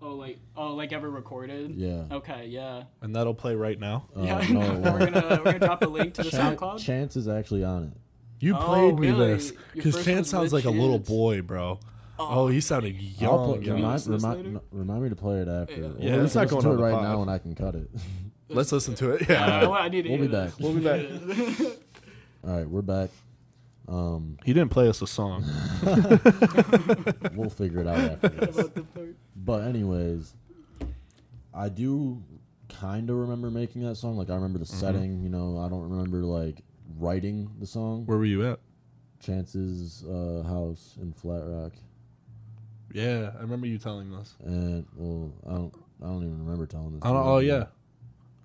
Oh, like oh, like ever recorded?
Yeah.
Okay, yeah.
And that'll play right now.
Uh,
Oh, yeah, (laughs)
no, it
we're
won't.
gonna we're gonna drop a
(laughs)
link to the
Chan-
SoundCloud.
Chance is actually on it.
You
Oh,
played me
really?
this
Your
because
first
Chance
was
sounds like
with
a little
Chance?
boy, bro. Oh, he sounded
I'll
young.
put,
young.
we
remind,
listen to this
remind,
later?
no, remind me to play it after.
Yeah.
Yeah,
Or we
it's
can
not
listen
going
to
on
it
the
right
pod.
now, and I can cut it. (laughs)
Let's listen to (laughs) it.
I,
Yeah.
don't know, I need to
We'll
hear
be back.
this.
we'll be back.
(laughs)
All right, we're back. Um,
He didn't play us a song.
we'll figure it out after this. But anyways, I do kind of remember making that song. Like I remember the
Mm-hmm.
setting. You know, I don't remember like writing the song.
Where were you at?
Chance's uh, house in Flat Rock,
Yeah, I remember you telling us.
and well, I don't, I don't even remember telling this.
I don't,
to
oh
you.
yeah,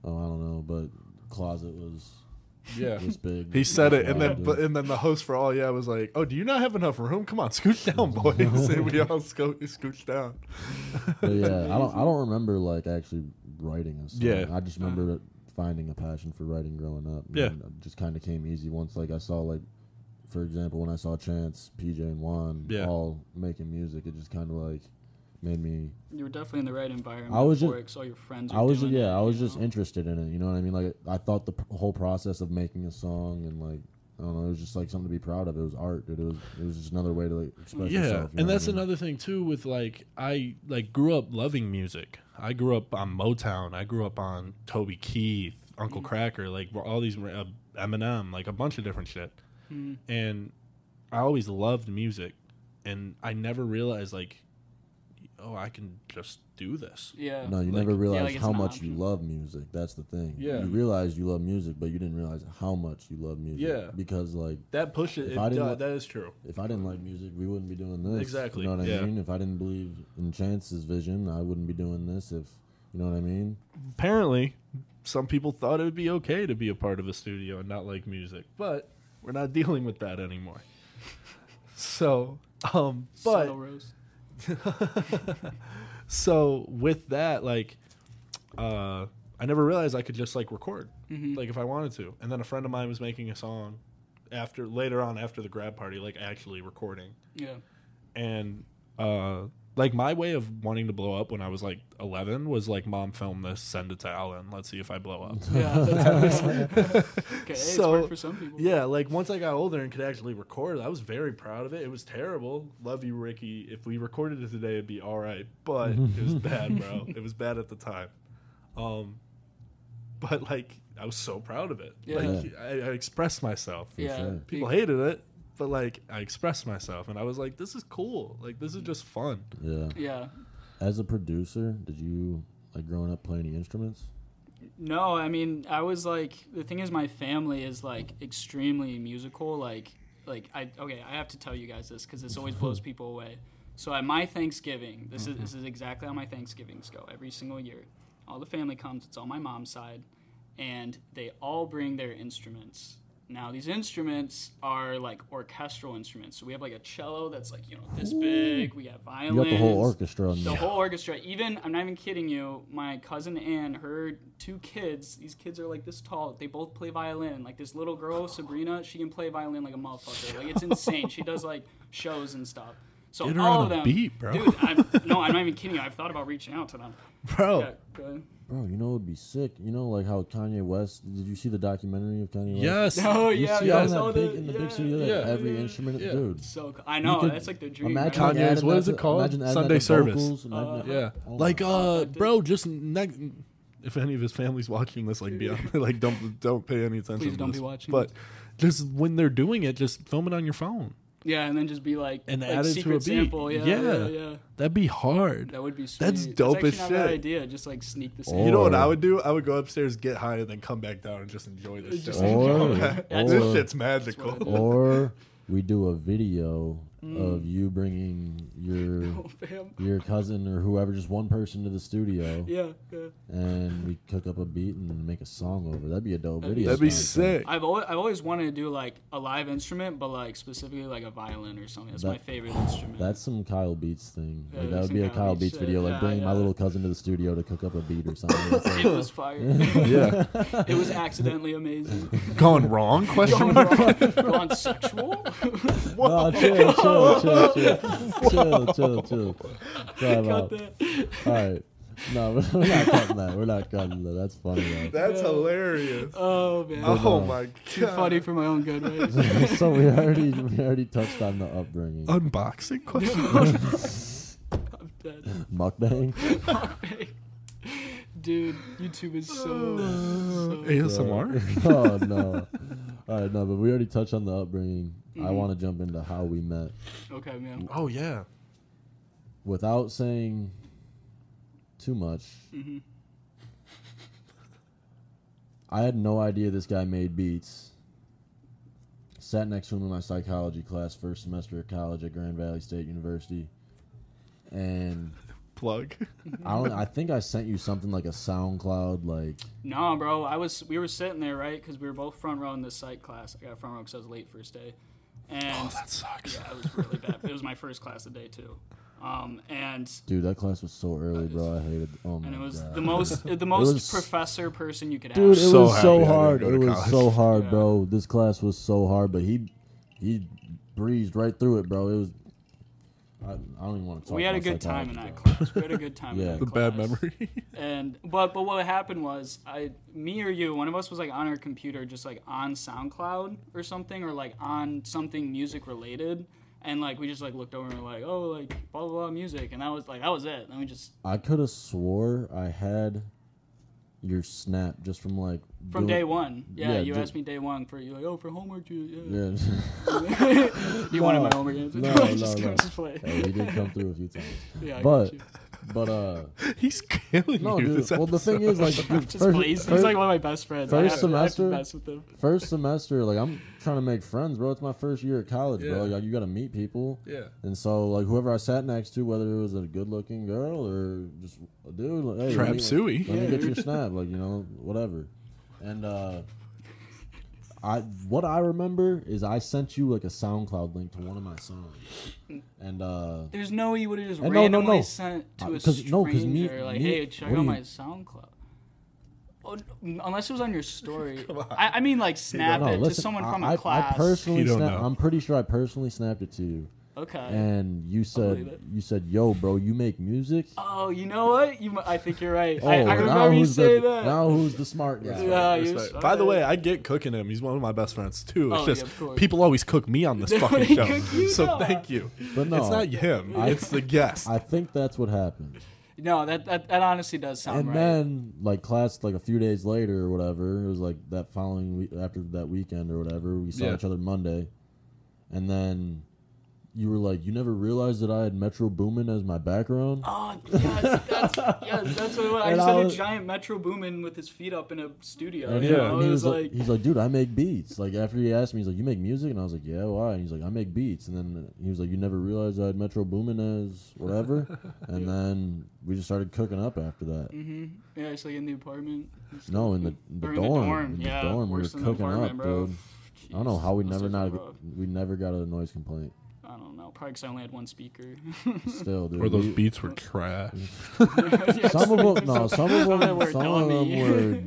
Oh, I don't know, but closet was
yeah.
was big.
He said it,
That's
and
why I
then
did
but, and then the host for all yeah was like, "Oh, do you not have enough room? Come on, scooch down, boys." and we all sco- scooched down.
But yeah, I
(laughs)
don't. I don't remember like actually writing a song.
Yeah.
I
Uh-huh.
just remember finding a passion for writing growing up.
Yeah.
and it just kind of came easy once. Like I saw like, for example, when I saw Chance, PJ, and Juan
Yeah.
all making music, it just kind of like made me.
You were definitely in the right environment
I was
for
ju-
it, 'cause all your friends. Were
I was ju-
doing
yeah,
it,
I was
you
just
know?
interested in it. You know what I mean? Like I thought the p- whole process of making a song and like. I don't know. It was just like something to be proud of. It was art, dude. It was it was just another way to like express
yeah,
yourself. you
and
know
that's
what I mean?
another thing too. With like, I like grew up loving music. I grew up on Motown. I grew up on Toby Keith, Uncle Cracker, like were all these uh, Eminem, like a bunch of different shit.
Hmm,
And I always loved music, and I never realized like, oh, I can just do this.
Yeah.
No, you
Like-
never realize
like it's
how
an
much you
option.
love music. That's the thing.
Yeah.
You realize you love music, but you didn't realize how much you love music.
Yeah.
Because like
That pushes.
If
It,
I didn't
does-
wa-
that is true.
if I didn't like music, we wouldn't be doing this.
Exactly,
You know what
yeah.
I mean? If I didn't believe in Chance's vision, I wouldn't be doing this if you know what I mean?
apparently some people thought it would be okay to be a part of a studio and not like music but we're not dealing with that anymore so um but
Subtle roast.
(laughs) so with that like uh I never realized I could just like record, like if I wanted to. And then a friend of mine was making a song after later on after the grab party, like actually recording.
(laughs)
Yeah.
And uh, like my way of wanting to blow up when I was like 11 was like, mom, film this, send it to Alan, let's see if I blow
(laughs)
up.
Yeah. That's (laughs) okay. It's
So,
worked for some people.
Yeah, like once I got older and could actually record, I was very proud of it. It was terrible. Love you, Ricky. If we recorded it today, it'd be all right, but it
(laughs)
was bad, bro. It was bad at the time. Um, but like, I was so proud of it.
Yeah.
Like, I, I expressed myself.
Yeah.
sure.
People hated it, but like, I expressed myself, and I was like, "This is cool. Like, this is just fun."
Yeah.
Yeah.
As a producer, did you like growing up play any instruments?
No, I mean, I was like, the thing is, my family is like extremely musical. Like, like I okay, I have to tell you guys this because this
(laughs)
always blows people away. So at my Thanksgiving, this
Mm-hmm.
is this is exactly how my Thanksgivings go every single year. All the family comes. It's on my mom's side, and they all bring their instruments. Now these instruments are like orchestral instruments. So we have like a cello that's like you know this big. We have
You
violins.
got the whole orchestra in
The
there.
whole orchestra. Even I'm not even kidding you. My cousin Anne, her two kids. These kids are like this tall. They both play violin. Like this little girl Sabrina, she can play violin like a motherfucker. Like it's insane. She does like shows and stuff. So
Get her
all
on
of
a
them,
beat, bro.
Dude, I'm, no, I'm not even kidding you. I've thought about reaching out to them.
Bro,
Yeah, go ahead.
Bro, you know it would be sick. You know, like how Kanye West. Did you see the documentary of Kanye West?
yes,
(laughs) Oh
You
yeah,
see
yeah,
all
I
in
saw
that big
the-
in the
yeah,
big studio, like,
yeah,
every
yeah,
instrument,
yeah.
dude.
So co- I know
could
that's like the dream. right?
Kanye's-
adding
what
that
is it
to-
called?
imagine adding
Sunday
that to
service.
vocals, imagine that-
Yeah,
oh
like
my-
uh,
I did.
bro, just neg- if any of his family's watching this, like, be on, (laughs) like, don't don't pay any attention.
Please
to
don't
this.
be watching.
But just when they're doing it, just film it on your phone.
Yeah, and then just be like
And
like
add it to a
secret
beat.
sample. Yeah,
Yeah.
yeah, yeah.
That'd be hard.
That would be sweet.
That's dope
actually
as
not a bad
shit.
idea. Just like sneak the
You know what
Or-
I would do? I would go upstairs, get high, and then come back down and just enjoy this.
Just
shit.
enjoy it. Or-
this
or-
shit's magical.
That's what
or we do a video of you bringing your
sample, (laughs) fam.
your cousin or whoever, just one person to the studio,
Yeah, yeah.
and we cook up a beat and make a song over. That'd be a dope video.
That'd be
content.
sick.
I've always, I've always wanted to do like a live instrument, but like specifically like a violin or something. That's my
That-
favorite instrument.
That's some Kyle Beats thing.
Yeah,
Like, that
that's
would be
some
a
Kyle
Kyle
Beats
Beats
shit.
video. Like
Yeah,
bring my
yeah.
little cousin to the studio to cook up a beat or something. It's like,
it
(laughs)
was fire.
yeah,
it was accidentally amazing. (laughs)
gone wrong? Question
Gone
mark.
wrong- gone sexual.
no, chill, chill, chill, chill, chill, chill, chill. Time
(laughs) Cut
out.
that.
All right. No, (laughs) we're not cutting that. We're not cutting that. That's funny though. (laughs)
That's hilarious.
Oh man,
Oh my
too
god.
funny for my own good. Right?
so we already we already touched on the upbringing.
Uh, Unboxing question. mark?
I'm dead.
Mukbang.
Dude, YouTube is so.
Mm.
so
ASMR.
(laughs) oh no. All right, no, but we already touched on the upbringing. I want to jump into how we met
okay, man.
Oh yeah.
without saying too much.
Mhm.
I had no idea this guy made beats. Sat next to him in my psychology class first semester of college at Grand Valley State University. And
Plug.
I don't I think I sent you something like a SoundCloud like
No, bro. I was we were sitting there right because we were both front row in this psych class. I got front row because I was late first day, and
That sucks. (laughs)
yeah, it was really bad. It was my first class of day too, um, and
dude that class was so early, bro. I hated oh my
and it was
God. (laughs)
the most the most
was-
professor person you could have.
Dude, it
so
was so
happy I didn't
hard.
go to
It was
college.
so hard,
Yeah.
bro. This class was so hard, but he he breezed right through it, bro. It was. I, I don't even want to talk.
we had a
about
good time in that
psychology,
class. We had a good time.
(laughs) Yeah.
in that
The
Bad
class.
memory.
(laughs)
(laughs)
And but but what happened was I me or you, one of us was like on our computer, just like on SoundCloud or something, or like on something music related. And like we just like looked over and were like, oh, like blah blah blah music, and that was like that was it. And we just
bro. I could have swore I had your snap just from like
from
doing-
day one. Yeah,
yeah,
you
do-
asked me day one for you like oh for homework you
(laughs) Yeah. (laughs)
yeah. you wanted my homework answer.
no,
I (laughs) just
no,
come
no.
to play.
hey, he did come through a few times,
Yeah, I
but
got you.
but uh
He's killing
no,
(laughs) you.
dude.
this
Well, the thing is, like, (laughs) dude,
(laughs) Just
first,
please, he's
first-
like one of my best friends. I
first
have to- I have to
semester?
mess with him.
first semester, like I'm trying to make friends, bro. It's my first year at college, bro.
Yeah.
Like, you got to meet people.
Yeah.
And so, like, whoever I sat next to, whether it was a good-looking girl or just a dude, like, hey,
Trap
let me,
suey.
let me
Yeah,
get your
dude.
snap, like, you know, whatever. And uh, I, what I remember is I sent you like a SoundCloud link to one of my songs, and uh,
There's no way you would have just
And no, no,
randomly
no.
sent to
Uh,
a
'cause-
stranger
no, 'cause me-
like,
me-
hey, check
what
out
do
my
you-
SoundCloud. Oh, n- Unless it was on
(laughs)
your story, I, I mean, like snap
No,
it to
listen,
someone
I-
from a
I,
class.
I personally
He don't
snap,
know.
I'm pretty sure I personally snapped it to you,
okay.
and you
believe it.
said you said, "Yo, bro, you make music."
oh, you know what? You, mi- I think you're right.
Oh,
I, I
now
remember you
who's
say
the,
that.
now who's the smart guy?
Yeah. Uh, you're
Respect.
so
By the way,
good.
I get cooking him. He's one of my best friends too. It's
Oh, yeah,
just
of course.
people always cook me
(laughs)
on this
They
fucking
only
show.
cook you,
so
though.
thank you.
But no,
it's not him.
I-
it's the guest.
I think that's what
(laughs)
happened.
No, that, that that honestly does sound
and
right.
then like class like a few days later or whatever it was like that following week after that weekend or whatever we saw
Yeah.
each other monday and then you were like you never realized that i had metro boomin as my background
oh yes, that's yes, that's what I
And
just had
I
a
was-
giant Metro Boomin with his feet up in a studio.
and,
you
he,
yeah,
know?
and
it
he
was
was like,
like,
he's like dude i make beats like after he asked me he's like you make music and i was like yeah why and he's like i make beats and then he was like you never realized i had metro boomin as
(laughs)
whatever and then we just started cooking up after that
hmm yeah, it's like in the apartment. It's
no in the,
like-
the,
or
dorm, in the
yeah,
dorm we were
worse than the
cooking
apartment,
up
bro.
dude I don't know
Jeez,
how we
that's
never
such
not
a rough-
we never got a noise complaint.
(laughs) I don't know. Probably because I only had one speaker. (laughs)
Still, dude.
Or those
we-
beats were trash.
Yes. (laughs)
some of them, no, some of
Some
them,
were
some of them
dummy. (laughs)
were.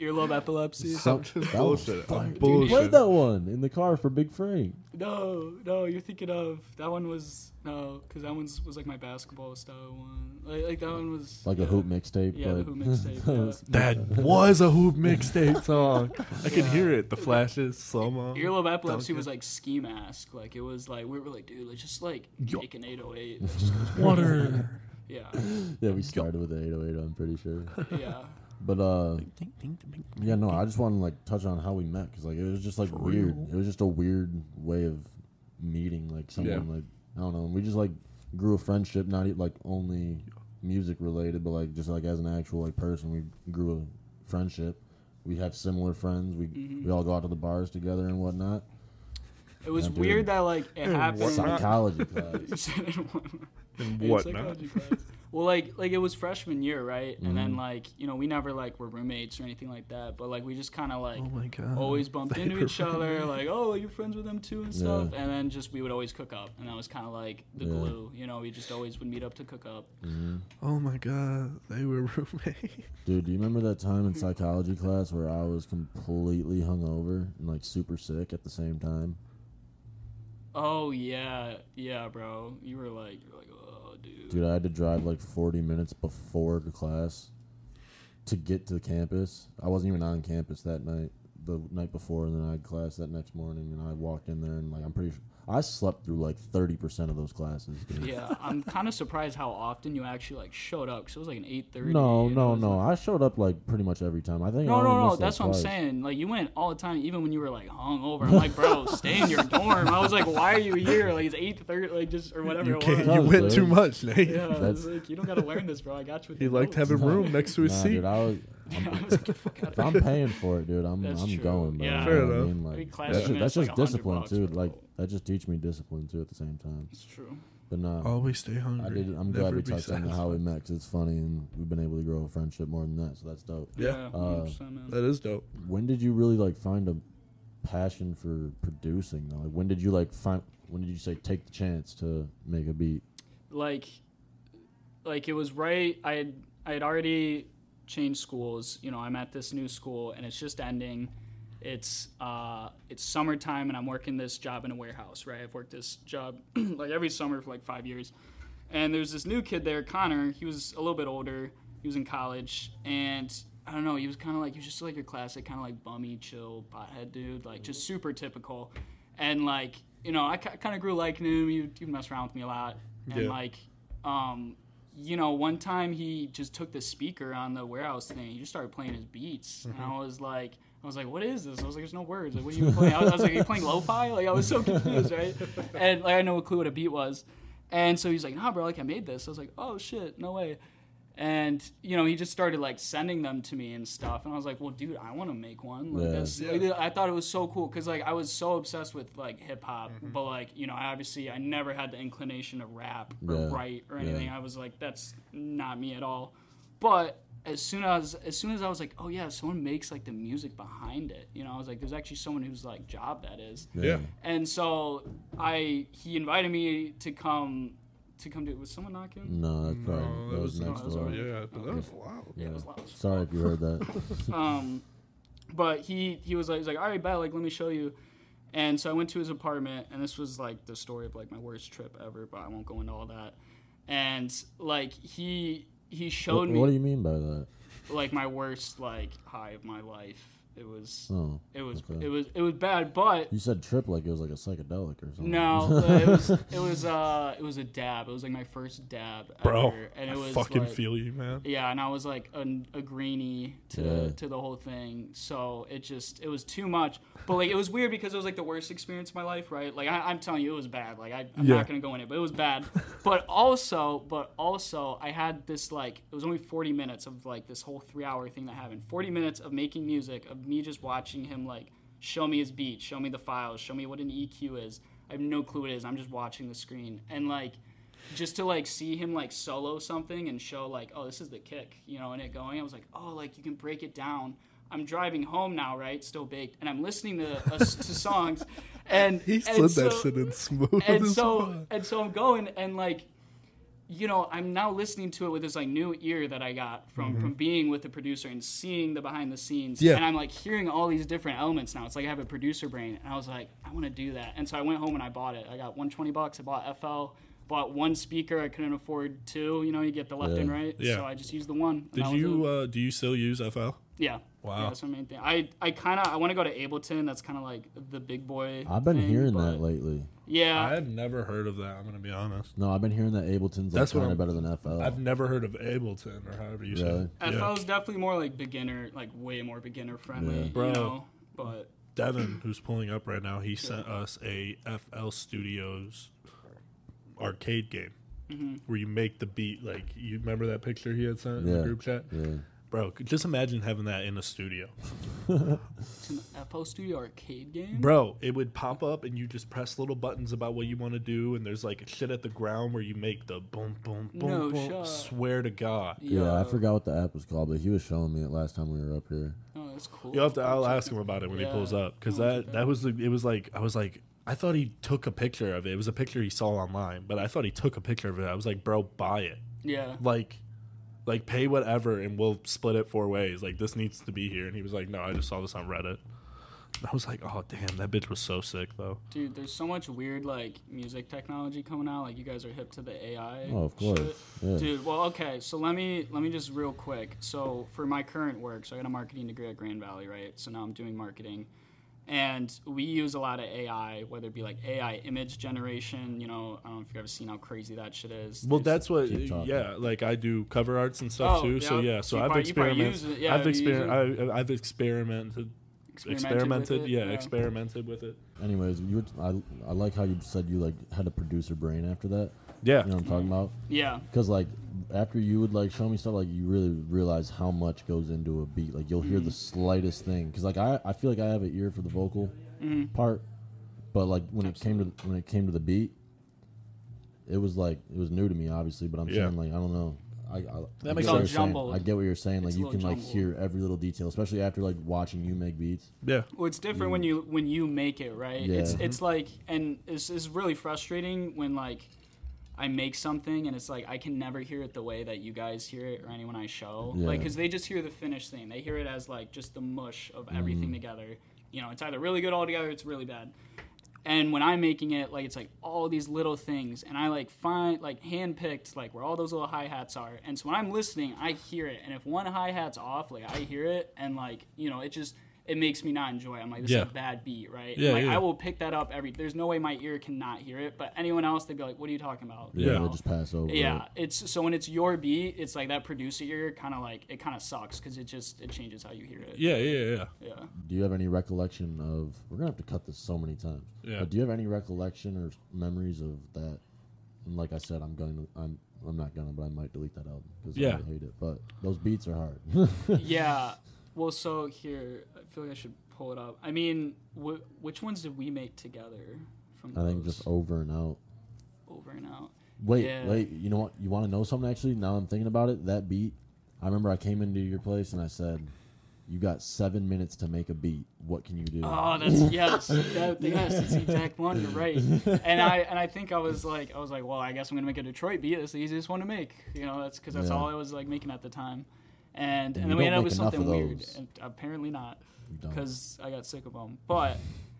earlobe epilepsy.
Some,
I'm just
that was
bullshit.
fire,
I'm
dude. We
bullshit.
played that one in the car for Big Frank.
No, no, you're thinking of that one was no, because that one's was like my basketball style one. Like, like that one was
Like a
yeah.
hoop mixtape.
Yeah, the
but-
hoop mixtape,
that (laughs)
yeah.
was-
That was a hoop mixtape song. I can hear it. The flashes, slow mo.
Earlobe epilepsy
Duncan.
was like ski mask. Like it was like we were like, dude, let's just like
Yo.
make an 808.
Water.
yeah,
yeah, we started with the 808, I'm
(laughs)
pretty sure.
yeah.
But, uh, yeah, no, I just want to, like, touch on how we met because, like, it was just, like,
For
weird.
real?
It was just a weird way of meeting, like, someone, like, I don't know. And we just, like, grew a friendship, not, e- like, only music related, but, like, just, like, as an actual, like, person, we grew a friendship. We have similar friends. We,
Mm-hmm.
we all go out to the bars together and whatnot.
It was
Yeah, dude.
weird that like it happened. (laughs)
whatnot.
Psychology class.
You said it one-
and
Yeah,
whatnot.
psychology class. well, like like it was freshman year, right? And
Mm-hmm.
then like you know we never like were roommates or anything like that, but like we just kind of like
Oh my god.
always bumped into each
(laughs)
other, like, oh, you're friends with them too and stuff.
Yeah.
And then just we would always cook up, and that was kind of like the
Yeah.
glue. You know, we just always would meet up to cook up.
Mm-hmm.
Oh my god. They were
(laughs)
roommates.
Dude, do you remember that time in psychology class where I was completely hungover and like super sick at the same time?
Oh yeah, yeah, bro. You were like, you're like, oh, dude.
Dude, I had to drive like 40 minutes before the class to get to the campus. I wasn't even on campus that night, the night before, and then I had class that next morning. And I walked in there and like I'm pretty sure I slept through like 30% of those classes. Dude.
Yeah, I'm kind of surprised how often you actually like showed up. Cause it was like an 8:30.
No,
and it
no,
was,
no.
like-
I showed up like pretty much every time. I think I
No,
only
no, no.
missed, like,
That's what I'm
twice.
saying. Like you went all the time, even when you were like hungover. I'm like, bro, stay in your dorm. I was like, why are you here? Like it's 8:30, like just or whatever.
You
it
can't.
was.
You
Does,
went too
dude.
much, Nate.
Yeah, I was
That's-
like, you don't gotta learn this, bro. I got you. with
He
the
liked
adults. (laughs)
having
(laughs)
room next to his
Nah,
seat.
dude, I was
I was like, get the fuck out of
if I'm paying for it, dude, I'm
That's
I'm
true.
going. Bro.
Yeah.
You
Fair
know what
enough.
I mean?
I mean,
Like,
class
that's
is
just, that's
like
just
100
discipline
bucks,
too.
bro.
Like that just teach me discipline too at the same time.
It's true.
But no,
Always stay hungry.
I did. I'm
Oh, Never
glad
be
we touched on
satisfied.
how we met 'cause it's funny and we've been able to grow a friendship more than that. So that's dope.
Yeah.
Yeah, 100%, man.
Uh,
That is dope.
When did you really like find a passion for producing though? Like when did you like find? When did you say take the chance to make a beat?
like like it was right i had i had already changed schools you know i'm at this new school and it's just ending it's uh it's summertime and i'm working this job in a warehouse right i've worked this job (clears throat) like every summer for like five years and there's this new kid there connor he was a little bit older he was in college and i don't know he was kind of like he was just like your classic kind of like bummy chill pothead dude like just super typical and like you know i kind of grew liking him he would, he would mess around with me a lot and
Yeah.
like um you know one time he just took the speaker on the warehouse thing he just started playing his beats
Mm-hmm.
and i was like I was like, "What is this?" I was like, "There's no words. Like, what are you playing?" I was, I was like, "Are you playing lo-fi?" Like, I was so
(laughs)
confused, right? And like, I had no clue what a beat was. And so he's like, "Nah, bro. Like, I made this." I was like, "Oh shit, no way." And you know, he just started like sending them to me and stuff. And I was like, "Well, dude, I want to make one." Like,
Yeah.
that's, like,
Yeah.
I thought it was so cool because like I was so obsessed with like hip hop,
Mm-hmm.
but like you know, I obviously I never had the inclination to rap or
Yeah.
write or
Yeah.
anything. I was like, that's not me at all. But as soon as as soon as I was like, oh yeah, someone makes like the music behind it, you know, I was like, there's actually someone whose like job that is.
Yeah.
And so I he invited me to come to come to. Was someone knocking?
No, that's probably,
No,
that was next
that was
door.
already-
Yeah, but that was loud.
Yeah, it was loud.
Sorry if you heard that.
(laughs) um, but he he was like, he's like, all right, bet, like let me show you. And so I went to his apartment, and this was like the story of like my worst trip ever, but I won't go into all that. And like he he showed
what,
me
what do you mean by that?
like my worst like high of my life. It was
Oh,
it was
okay.
it was it was bad, but
you said trip like it was like a psychedelic or something. (laughs)
no, but it was it was uh it was a dab. It was like my first dab,
Bro,
ever, and it
I
was
fucking
like,
feel you, man.
Yeah, and I was like an, a greenie to
Yeah.
to the whole thing. So it just it was too much. But like it was weird because it was like the worst experience of my life, right? Like I, I'm telling you, it was bad. Like I, I'm
Yeah.
not gonna go in it, but it was bad. but also, but also, I had this like it was only 40 minutes of like this whole three hour thing that happened. 40 minutes of making music, of me just watching him like show me his beat, show me the files, show me what an EQ is. I have no clue what it is. I'm just watching the screen and like just to like see him like solo something and show like oh this is the kick you know and it going i was like oh like you can break it down i'm driving home now right still baked and i'm listening to, uh, s- to songs
(laughs)
and
He
and
said that
so-
shit in (laughs) smooth.
and
as
so
fuck.
and so I'm going and like you know I'm now listening to it with this like new ear that I got from from being with the producer and seeing the behind the scenes
Mm-hmm. Yeah.
and I'm like hearing all these different elements now it's like I have a producer brain and I was like I want to do that and so I went home and I bought it I got 120 bucks I bought FL bought one speaker I couldn't afford two you know you get the left
Yeah.
and right
Yeah.
so I just used the one and
Did
that was
you
it.
uh, do you still use FL?
yeah
Wow.
yeah, that's my main thing I I kind of I want to go to Ableton that's kind of like the big boy
I've been
thing,
hearing
but-
that lately.
yeah
I've never heard of that. I'm gonna be honest.
No, I've been hearing that Ableton's like
That's what
kind of
I'm-
better than FL.
I've never heard of Ableton or however you say.
Oh. Really?
it.
FL
Yeah.
is definitely more like beginner, like way more beginner friendly,
Yeah.
Bro.
you know. But
Devin, who's pulling up right now, he sent us a FL Studios arcade game
Mm-hmm.
where you make the beat. Like you remember that picture he had sent in
Yeah.
the group chat,
yeah.
bro? Just imagine having that in a studio,
it's an FL Studio arcade game.
bro. It would pop up and you just press little buttons about what you want to do, and there's like shit at the ground where you make the boom, boom, boom,
No
boom.
shot.
Swear to God,
Yeah, I
Yo,
forgot what the app was called, but he was showing me it last time we were up here.
Oh, that's cool.
You will have to. I'll ask him about it when he
Yeah. Oh,
pulls up because
I'll
that that was the, it was like I was like I thought he took a picture of it. It was a picture he saw online, but I thought he took a picture of it. I was like, bro, buy it.
Yeah,
Like, like pay whatever and we'll split it four ways. Like this needs to be here. And he was like, no, I just saw this on Reddit. And I was like, oh damn, that bitch was so sick though.
dude, there's so much weird like music technology coming out. Like you guys are hip to the AI.
Oh, of course.
shit.
Yeah.
Dude, well, okay. So let me let me just real quick. So for my current work, so I got a marketing degree at Grand Valley, right? So now I'm doing marketing, and we use a lot of AI, whether it be like AI image generation. You know, I don't know if you've ever seen how crazy that shit is.
Well,
There's-
that's what.
Keep talking.
Yeah, like I do cover arts and stuff
Oh,
too. So
yeah.
yeah, so
You
I've
probably- you probably
experimented.
use it. Yeah,
I've
have you used it?
experimented. I've experimented.
Experimented with
Experimented.
it,
Yeah,
yeah.
experimented with it.
Anyways, you would, I, I like how you said you like had a producer brain after that.
Yeah.
You know what I'm talking about?
yeah.
Because like after you would like show me stuff, like you really realize how much goes into a beat. Like you'll hear
Mm-hmm.
the slightest thing. Because like I, I feel like I have an ear for the vocal
Mm-hmm.
part, but like when it came to when it came to the beat, it was like it was new to me, obviously. But I'm
Yeah.
saying like I don't know. I, I,
That
I
makes
get what
sense.
you're saying.
Jumbled.
I get what you're saying. Like
It's a
you
little
can like
jumbled.
hear every little detail, especially after like watching you make beats.
Yeah.
Well, it's different when you when you make it right. It's
Mm. Yeah. Mm-hmm.
it's like, and this is really frustrating when like I make something and it's like I can never hear it the way that you guys hear it or anyone I show. Like 'cause Like,
Yeah.
because they just hear the finished thing. They hear it as like just the mush of
Mm-hmm.
everything together. You know, it's either really good all together, it's really bad. And when I'm making it, like it's like all these little things, and I like find like handpicked like where all those little hi hats are. And so when I'm listening, I hear it, and if one hi hat's off, like I hear it, and like you know, it just it makes me not enjoy. it. I'm like, this
Yeah.
is a bad beat, right?
Yeah,
like
yeah.
I will pick that up every. There's no way my ear cannot hear it, but anyone else, they'd be like, what are you talking about? You
Yeah,
Yeah.
they'll
know?
just pass over. it.
Yeah, it's so when it's your beat, it's like that producer ear kind of like it kind of sucks because it just it changes how you hear it.
Yeah, yeah, yeah.
Yeah.
Do you have any recollection of? We're gonna have to cut this so many times.
Yeah.
But do you have any recollection or memories of that? And like I said, I'm going. To, I'm. I'm not gonna, but I might delete that album because
Yeah.
I hate it. But those beats
(laughs)
are hard.
yeah. Well, so here, I feel like I should pull it up. I mean, wh- which ones did we make together? From
I
those
think just over and out.
over and out.
Wait,
Yeah.
wait. You know what? You want to know something? Actually, now I'm thinking about it. That beat. I remember I came into your place and I said, you got seven minutes to make a beat. What can you do?
Oh, that's yes, that, yes, it's the exact one. You're right. And I and I think I was like, I was like, well, I guess I'm gonna make a Detroit beat. That's the easiest one to make. You know, that's because that's
Yeah.
all I was like making at the time. And and,
you
then we
don't
ended
make
up with
enough
something
of
weird.
those.
And apparently not,
You don't.
because I got sick of them. But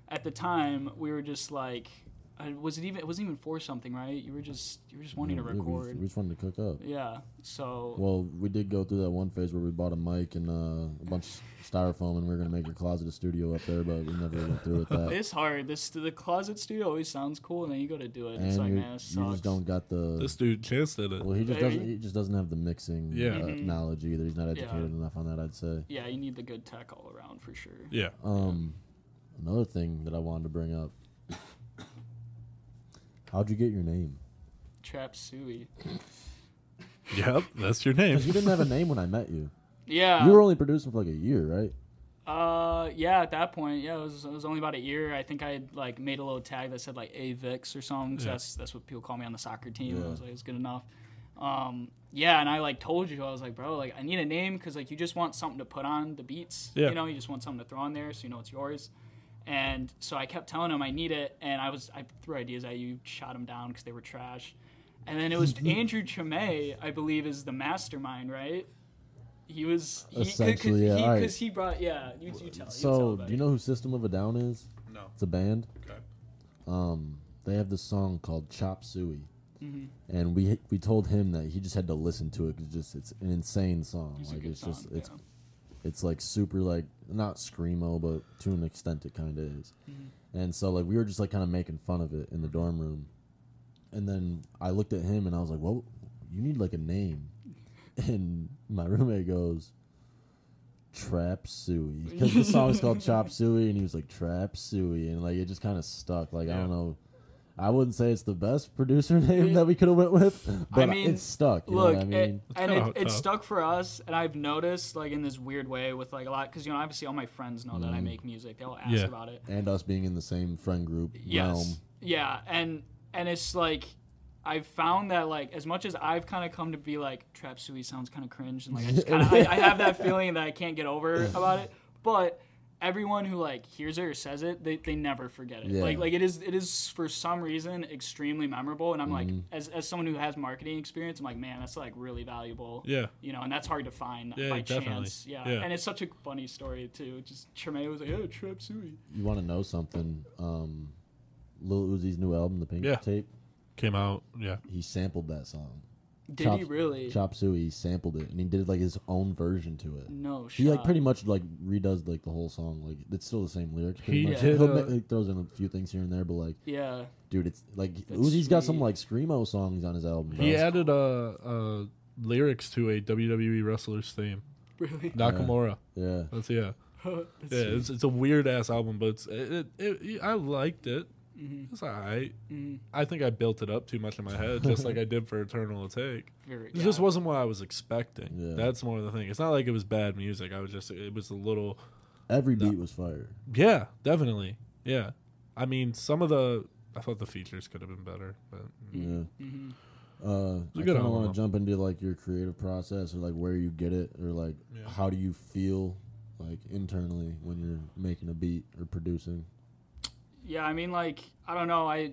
at the time, we were just like, I, was it even? It wasn't even for something, right? You were just you were just wanting to
Yeah, we-
record.
We, just wanted to cook up.
Yeah. So
Well, we did go through that one phase where we bought a mic and uh, a bunch of styrofoam, and we were gonna make your closet a studio up there, but we never went through with that.
it's hard. This the closet studio always sounds cool, and then you go to do it.
and
(laughs) it's like,
you-
man, this
you
sucks.
just don't got the.
This dude chanced at it.
well, he just doesn't.
Hey.
He just doesn't have the mixing
Yeah.
uh,
Mhm.
knowledge either. He's not educated
Yeah.
enough on that. I'd say.
yeah, you need the good tech all around for sure.
Yeah.
Um, another thing that I wanted to bring up. How'd you get your name?
Trap Suey.
Yep. That's your (laughs) name.
You didn't have a name when I met
(laughs)
you.
Yeah.
You were only producing for like a year, right?
uh, yeah. At that point, yeah, it was, it was only about a year. I think I had like made a little tag that said like Avix or something. 'cause
Yeah.
That's that's what people call me on the soccer team.
Yeah.
I was like, it's good enough. Um, yeah, and I like told you, I was like, bro, like I need a name because like you just want something to put on the beats.
Yeah.
You know, you just want something to throw on there so you know it's yours. And so I kept telling him I need it, and I was I threw ideas at you, shot him down because they were trash. And then
(laughs)
it was Andrew Chimay, I believe, is the mastermind, right? He was he,
Essentially, yeah,
Because he,
alright.
'cause he brought yeah. You, you tell. you tell
So,
about
do you
it.
know who System of a Down is?
No.
It's a band.
Okay.
Um, they have this song called Chop Suey, and we we told him that he just had to listen to it 'cause it's just it's an insane song.
It's a
like
good
it's just
song,
it's
yeah.
it's like super like not screamo, but to an extent it kind of is.
Mm-hmm.
And so like we were just like kind of making fun of it in the dorm room, and then I looked at him and I was like, "Well, you need like a name," (laughs) and my roommate goes. Trap Suey,
(laughs)
because the song is called Chop Suey, and he was like Trap Suey, and like it just kind of stuck. Like I
Yeah.
don't know, I wouldn't say it's the best producer (laughs) name that we could have went with, but
mean,
it's stuck. You know
Look,
what I
it-
mean?
It's
and
kinda
it,
hooked
it
up.
stuck for us, and I've noticed like in this weird way with like a lot because you know obviously all my friends know
Mm-hmm.
that I make music. They all ask
Yeah.
about it.
and us being in the same friend group realm.
Yes. Yeah, and and it's like I've found that like as much as I've kind of come to be like trap suey sounds kind of cringe and like I just kind of I, I have that feeling that I can't get
(laughs)
over about it, but everyone who like hears it or says it they, they never forget it
Yeah.
like like it is it is for some reason extremely memorable and i'm like
Mm-hmm.
as, as someone who has marketing experience i'm like man that's like really valuable
Yeah.
you know, and that's hard to find
Yeah,
by
definitely.
chance. Yeah.
Yeah.
and it's such a funny story too. Just Tremaine was like, "Oh, Trap Suey."
You want to know something? Um, Lil Uzi's new album, The Pink
Yeah.
Tape.
Came out. Yeah.
He sampled that song.
Did
Chop-
he really?
Chop Suey sampled it, and he did like his own version to it.
no shot.
He like pretty much like redoes like the whole song. Like it's still the same lyrics. Pretty
He
much.
did,
He'll
uh,
ma- he throws in a few things here and there, but like,
Yeah. (laughs)
dude, it's like
That's
Uzi's got some
sweet.
like screamo songs on his album. Bro.
He added uh, uh, lyrics to a WWE wrestler's theme.
Really?
Nakamura.
yeah.
That's yeah.
That's-
Yeah, it's, it's a weird ass album, but it's, it, it, it, I liked it. It's alright. I think I built it up too much in my head, just like I did for Eternal Take.
very-
It just
yeah.
wasn't what I was expecting.
Yeah.
That's more the thing. It's not like it was bad music. I was just it was a little
Every beat was fire.
yeah, definitely yeah. I mean, some of the I thought the features could have been better, but
Mm.
Yeah.
Mm-hmm.
Uh, I
good
kind of
album,
want
though.
to jump into like your creative process or like where you get it or like
Yeah.
how do you feel like internally when you're making a beat or producing.
yeah i mean like i don't know i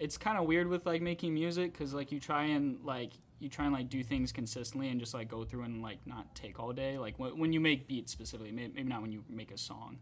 it's kind of weird with like making music because like you try and like you try and like do things consistently and just like go through and like not take all day like when, when you make beats specifically may- maybe not when you make a song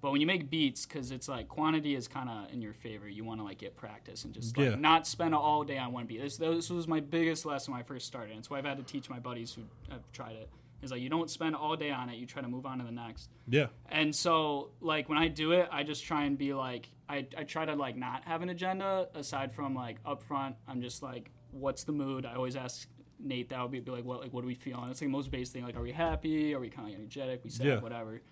but when you make beats because it's like quantity is kind of in your favor you want to like get practice and just like
Yeah.
not spend all day on one beat this, this was my biggest lesson when i first started and so i've had to teach my buddies who have tried it is like you don't spend all day on it you try to move on to the next
yeah,
and so, like, when I do it, I just try and be like, I, I try to, like, not have an agenda aside from, like, upfront. I'm just like, what's the mood? I always ask Nate that would be, be like, what, like, what are we feeling? It's like the most basic thing. Like, are we happy? Are we kind of energetic? We sad,
Yeah.
whatever.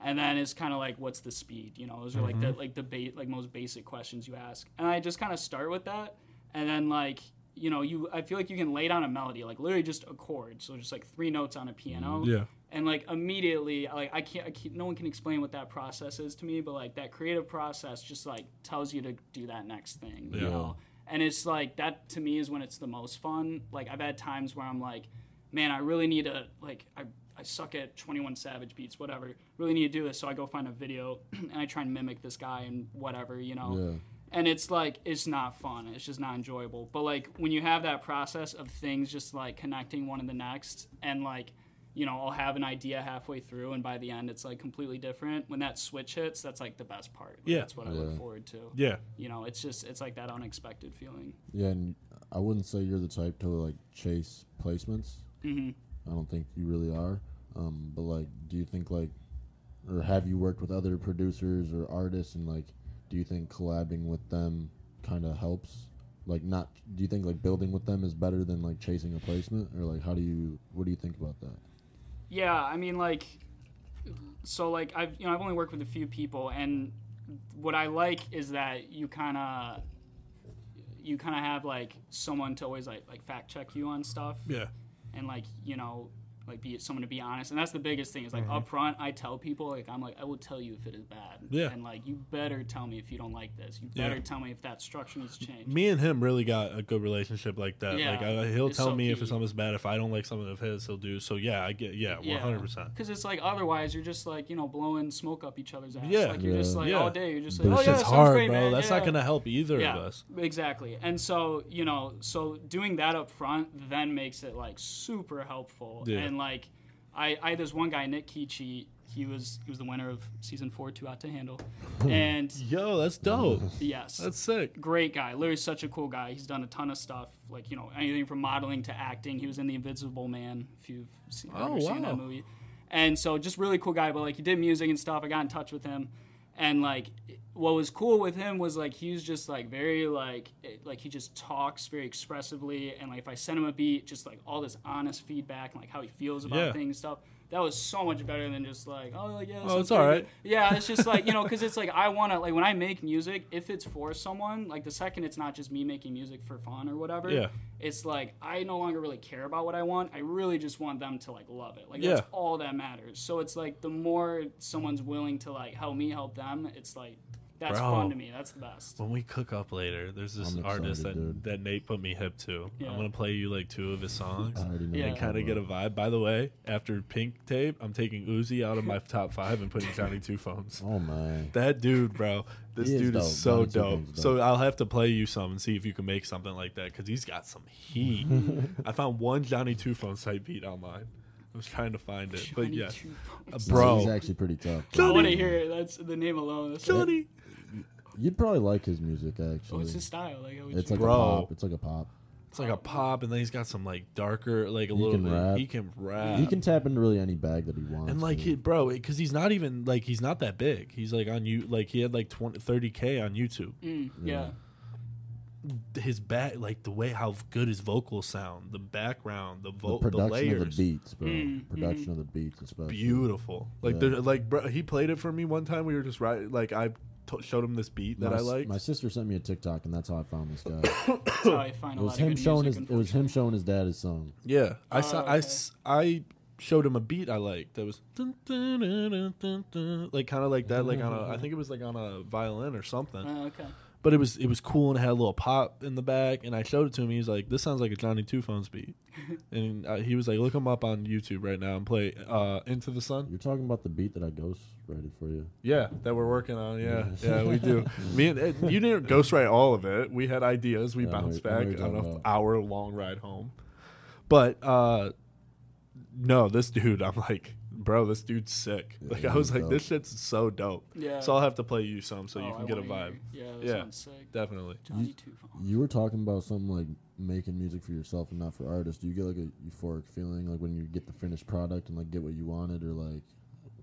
And then it's kind of like, what's the speed? You know, those are like the like the ba- like most basic questions you ask. And I just kind of start with that, and then like you know you I feel like you can lay down a melody like literally just a chord, so just like three notes on a piano
yeah,
and like immediately like I can't, I can't no one can explain what that process is to me but like that creative process just like tells you to do that next thing you
Yeah.
know and it's like that to me is when it's the most fun like i've had times where i'm like man i really need to like i I suck at 21 Savage beats, whatever. Really need to do this, so I go find a video (clears throat) and I try and mimic this guy and whatever, you know.
Yeah.
And it's like it's not fun. It's just not enjoyable. But like when you have that process of things just like connecting one to the next and like you know, I'll have an idea halfway through and by the end it's like completely different. When that switch hits, that's like the best part. Like,
Yeah.
That's what I look
Yeah.
forward to.
Yeah.
You know, it's just it's like that unexpected feeling.
Yeah, and I wouldn't say you're the type to like chase placements.
Mhm.
I don't think you really are. Um, but like, do you think like, or have you worked with other producers or artists, and like, do you think collabing with them kind of helps? Like, not do you think like building with them is better than like chasing a placement, or like, how do you what do you think about that?
Yeah, I mean, like, so like I've you know I've only worked with a few people, and what I like is that you kind of you kind of have like someone to always like like fact check you on stuff,
Yeah.
and like you know like be someone to be honest, and that's the biggest thing is like up front I tell people like I'm like I will tell you if it is bad,
Mm-hmm. Yeah.
and like you better tell me if you don't like this, you
Yeah.
better tell me if that structure needs changed.
Me and him really got a good relationship like that.
Yeah.
Like I, he'll
It's
tell
so
me if
key.
it's something's bad. If I don't like something of his, he'll do. So yeah, I get yeah, one hundred percent.
Because it's like otherwise you're just like you know blowing smoke up each other's ass.
Yeah.
Like you're just
Yeah.
like
Yeah.
all day. You're just like
But
oh
it's
yeah,
It's
that
just
sounds
hard,
great,
bro.
man,
That's
yeah."
not gonna help either
yeah,
of us.
Exactly. And so you know, so doing that up front then makes it like super helpful.
Yeah.
And like, I I there's one guy Nick Kichi. He was he was the winner of season four, Too Out to
(laughs)
Handle, and
Yo, that's
(laughs)
dope.
yes,
that's sick.
great guy. Larry's such a cool guy. He's done a ton of stuff, like you know anything from modeling to acting. He was in The Invisible Man, if you've seen,
Oh,
ever seen that
wow.
movie. And so, just really cool guy. But like, he did music and stuff. I got in touch with him, and like, what was cool with him was like he was just like very like it- like he just talks very expressively, and like if I sent him a beat, just like all this honest feedback and like how he feels about
Yeah.
things and stuff. That was so much better than just like oh like, yeah. that
Oh,
sounds
it's all
pretty
right.
good. Yeah, it's just like you know, because it's like I want to like when I make music, if it's for someone, like the second it's not just me making music for fun or whatever.
Yeah.
It's like I no longer really care about what I want. I really just want them to like love it. Like
Yeah.
that's all that matters. So it's like the more someone's willing to like help me help them, it's like that's
Bro.
fun to me. That's the best.
When we cook up later, there's this
I'm excited,
artist that,
dude.
that Nate put me hip to.
Yeah.
I'm gonna play you like two of his songs.
I already know.
Yeah.
what
Kind
you're
of
talking
get a
about.
vibe. By the way, after Pink Tape, I'm taking Uzi out of
(laughs)
my top five and putting Johnny Two Phones.
Oh my.
That dude, bro. This
He is
dude
dope.
is so
Johnny Two
dope.
Phones is
So I'll have to play you some and see if you can make something like that because he's got some heat.
(laughs)
I found one Johnny Two Phones type beat online. I was trying to find
(laughs)
it, but
Johnny
yeah,
Two
Uh,
Phones.
bro,
he's actually pretty tough.
I want to
Johnny.
hear it. That's the name alone. That's like,
Johnny.
You'd probably like his music actually.
what's his style? Like, how would
it's
you-
like
Oh, Bro.
a pop. It's like a pop.
It's like a pop, and then he's got some like darker, like a little.
can
bit-
rap.
He can rap.
He can tap into really any bag that he wants.
And like,
dude.
he, bro, because he's not even like he's not that big. He's like on you, like he had like 20, 30 k on YouTube.
Mm,
(laughs)
yeah.
His back, like the way how good his vocals sound, the background, the
the
vote, the,
production
layers, Mm-hmm.
of the beats, bro.
Mm,
production of the beats, especially.
beautiful. Like
Yeah.
they're like, bro, he played it for me one time. We were just right, like I t- showed him this beat that
my,
I
s-
like.
My sister sent me a TikTok, and that's how I found
(coughs)
this guy.
That's how I find
it
a lot
was
of
him
good
showing
music.
his. It was him showing his dad his song.
yeah, I
Oh,
saw,
okay.
I s I showed him a beat I liked that was dun, dun, dun, dun, dun, dun, like kind of like that, like on a, I think it was like on a violin or something.
unfortunately. Uh, okay.
but it was it was cool and it had a little pop in the back and i showed it to him he's like this sounds like a johnny two phones
(laughs)
beat and uh, he was like look him up on youtube right now and play uh into the sun
You're talking about the beat that I ghostwrited for you.
yeah that we're working on yeah yeah we
(laughs)
do me and Ed, you didn't ghostwrite all of it we had ideas we
Yeah, I know-
bounced
I know
back
what you're
on
talking
an
about.
hour long ride home but uh no this dude i'm like bro this dudede's sick like i
he's
was like
dope.
this shit's so dope
Yeah.
so i'll have to play you some so you
Oh,
can
I
get a
wanna
vibe
hear- Yeah, that
Yeah.
sounds sick.
definitely
Johnny Two Phones.
You were talking about something like making music for yourself and not for artists. Do you get like a euphoric feeling like when you get the finished product and like get what you wanted, or like,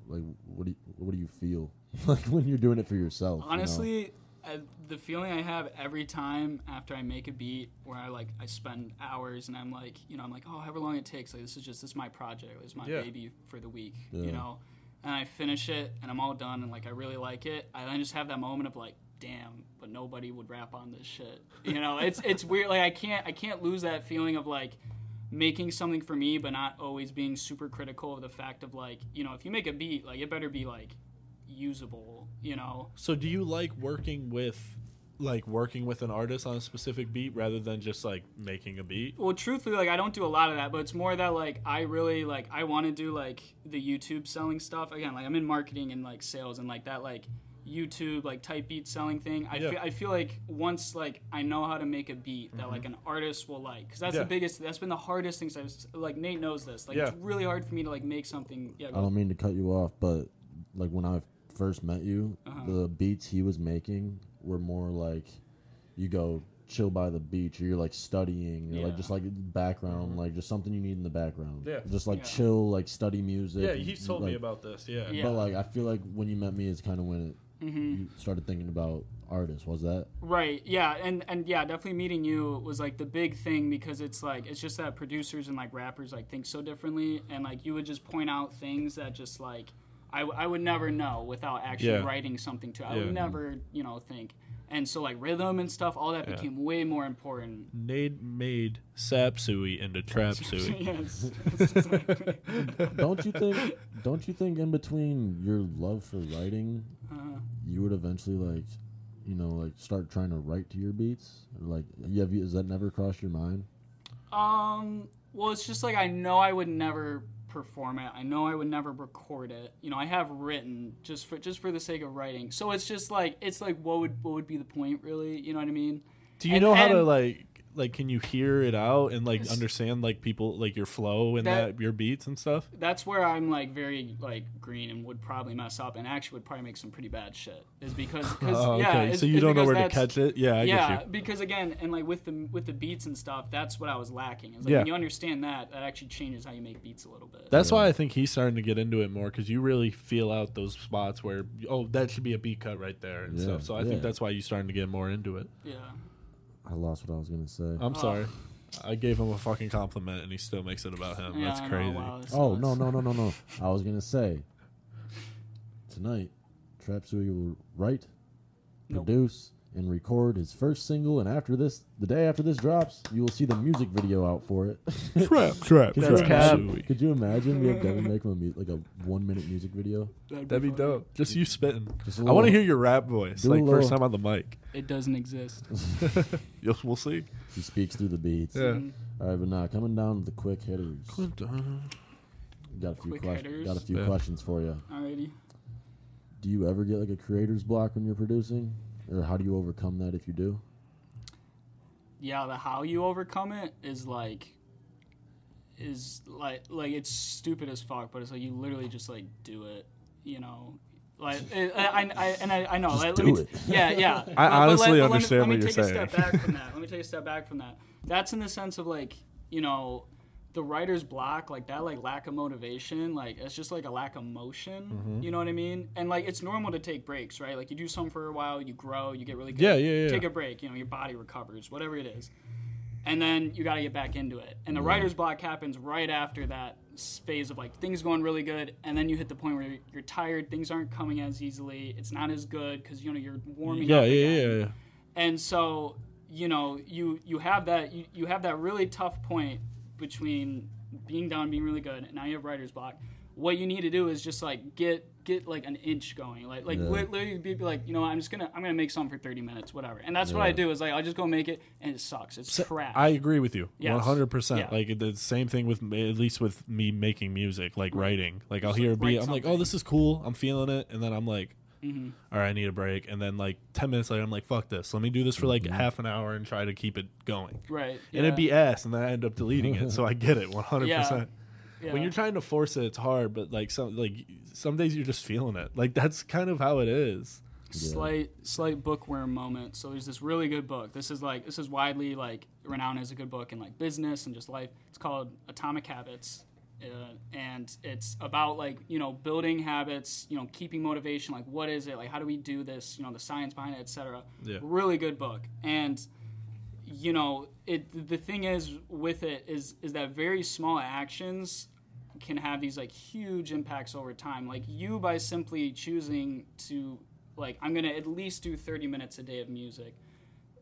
like what do you, what do you feel (laughs) like when you're doing it for yourself? you know?
Honestly, I, the feeling I have every time after I make a beat, where I like I spend hours and I'm like, you know, I'm like, oh, however long it takes, like this is just this is my project, this is my
Yeah.
baby for the week,
Yeah.
you know, and I finish it and I'm all done and like I really like it. I then just have that moment of like, damn, but nobody would rap on this shit, you know. it's it's weird. Like I can't I can't lose that feeling of like making something for me but not always being super critical of the fact of like you know if you make a beat like it better be like usable you know
So do you like working with like working with an artist on a specific beat rather than just like making a beat.
well truthfully like i don't do a lot of that but it's more that like i really like i want to do like the youtube selling stuff again like i'm in marketing and like sales and like that like youtube like type beat selling thing i,
Yeah.
feel, I feel like once like i know how to make a beat that like an artist will like because that's
Mm-hmm. Yeah.
the biggest that's been the hardest thing since i was like nate knows this like it's
Yeah. Uh-huh.
really hard for me to like make something yeah
I don't mean to cut you off, but like when I first met you,
Uh-huh.
the beats he was making were more like you go chill by the beach or you're like studying or like
Yeah.
just like background, like just something you need in the background.
Mm-hmm. Yeah.
Just like
Yeah.
chill, like study music.
Yeah,
and,
he's told me
like-
about this. Yeah. Mm.
Yeah.
But like I feel like when you met me is kind of when it
Mm-hmm.
you started thinking about artists.
(laughs)
Was that?
Right. Yeah. And and yeah, definitely meeting you was like the big thing because it's like it's just that producers and like rappers like think so differently and like you would just point out things that just like I, w- I would never know without actually
Yeah.
writing something to. I
Yeah.
would never you know think. And so like rhythm and stuff, all that became way more important. (laughs)
Nade made Sapsui into Trap Suey.
yes. (laughs)
Don't you think? don't you think in between your love for writing,
uh,
you would eventually like, you know, like start trying to write to your beats? Or like, you have you, has that never crossed your mind?
Um. Well, it's just like I know I would never perform it. I know I would never record it. You know, I have written just for just for the sake of writing. So it's just like it's like what would what would be the point, really? You know what I mean?
Do you
And-
know how to
and-
like like can you hear it out and like understand like people like your flow and that,
That-
your beats and stuff?
That's where I'm like very like green and would probably mess up and actually would probably make some pretty bad shit. Is because cause,
(laughs) Oh, okay.
yeah, it's-
so you
it's
don't know
because
where to
that's-
catch it? Yeah, I
yeah,
get you.
because again, and like with the with the beats and stuff, that's what I was lacking. Is like
Yeah.
when you understand that, that actually changes how you make beats a little bit.
That's why I think he's starting to get into it more because you really feel out those spots where oh that should be a beat cut right there and
Yeah,
stuff. So I
yeah.
think that's why you're starting to get more into it.
yeah,
I lost what I was gonna say.
I'm sorry, I gave him a fucking compliment and he still makes it about him.
yeah.
that's
I know,
crazy.
wow, this
oh
sucks.
no no no no no! I was gonna say tonight, Trap Suey will write,
Nope.
produce, and record his first single. And after this, the day after this drops, you will see the music video out for it.
Trap, trap,
Could you,
trap,
imagine,
Suey.
could you imagine we have Devin make him a mu- like a one minute music video?
That'd be dope. Just you spitting.
Just a
I want
little-
to hear your rap voice,
do a
like first
little-
time on the mic.
It
(laughs)
doesn't exist.
Yes, we'll see.
He speaks through the beats.
Yeah.
All right, but now coming down to the quick hitters. Got a few
Quick
questions.
hitters?
Got a few
Yeah.
questions for you.
Alrighty.
Do you ever get like a creator's block when you're producing, or how do you overcome that if you do?
Yeah, the how you overcome it is like is like like it's stupid as fuck, but it's like you literally just like do it, you know. Like I, I, I and I, I know. like,
do
let me,
it.
(laughs)
Yeah, yeah.
I honestly
but
understand what
let me, let me
you're
take
saying.
a step
(laughs)
back from that. Let me take a step back from that. That's in the sense of like you know the writer's block like that like lack of motivation like it's just like a lack of motion
Mm-hmm.
you know what i mean and like it's normal to take breaks right like you do something for a while you grow you get really good
Yeah, yeah, yeah.
take a break you know your body recovers whatever it is and then you got to get back into it. And the writer's block happens right after that s- phase of like things going really good, and then you hit the point where you're tired, things aren't coming as easily, it's not as good because you know you're warming
Yeah,
up.
yeah,
again.
yeah, yeah.
And so you know you you have that you, you have that really tough point between being down, being really good, and now you have writer's block. What you need to do is just like get get like an inch going, like like
Yeah.
lit- literally be be like you know what, I'm just gonna I'm gonna make something for 30 minutes, whatever. And that's what I
Yeah.
do is like I just go make it, and it sucks, it's trash.
I agree with you,
Yes.
one hundred percent.
Yeah.
Like the same thing with me- at least with me making music, like writing. Like I'll hear a
like,
beat,
write
I'm like, oh,
something. Mm-hmm.
this is cool, I'm feeling it, and then I'm like, all right, I need a break, and then like ten minutes later, I'm like, fuck this, let me do this for like half an hour and try to keep it going,
right?
and
yeah.
it'd be ass, and then I end up deleting it. (laughs) So I get it, one hundred percent.
Yeah.
When you're trying to force it, it's hard, but like some like some days you're just feeling it. Like that's kind of how it is.
slight slight bookworm moment. So there's this really good book. This is like this is widely like renowned as a good book in like business and just life. It's called Atomic Habits. Uh, and it's about like you know building habits you know keeping motivation like what is it like how do we do this you know the science behind it etc
Yeah.
really good book and you know it the thing is with it is is that very small actions can have these like huge impacts over time like you by simply choosing to like i'm gonna at least do 30 minutes a day of music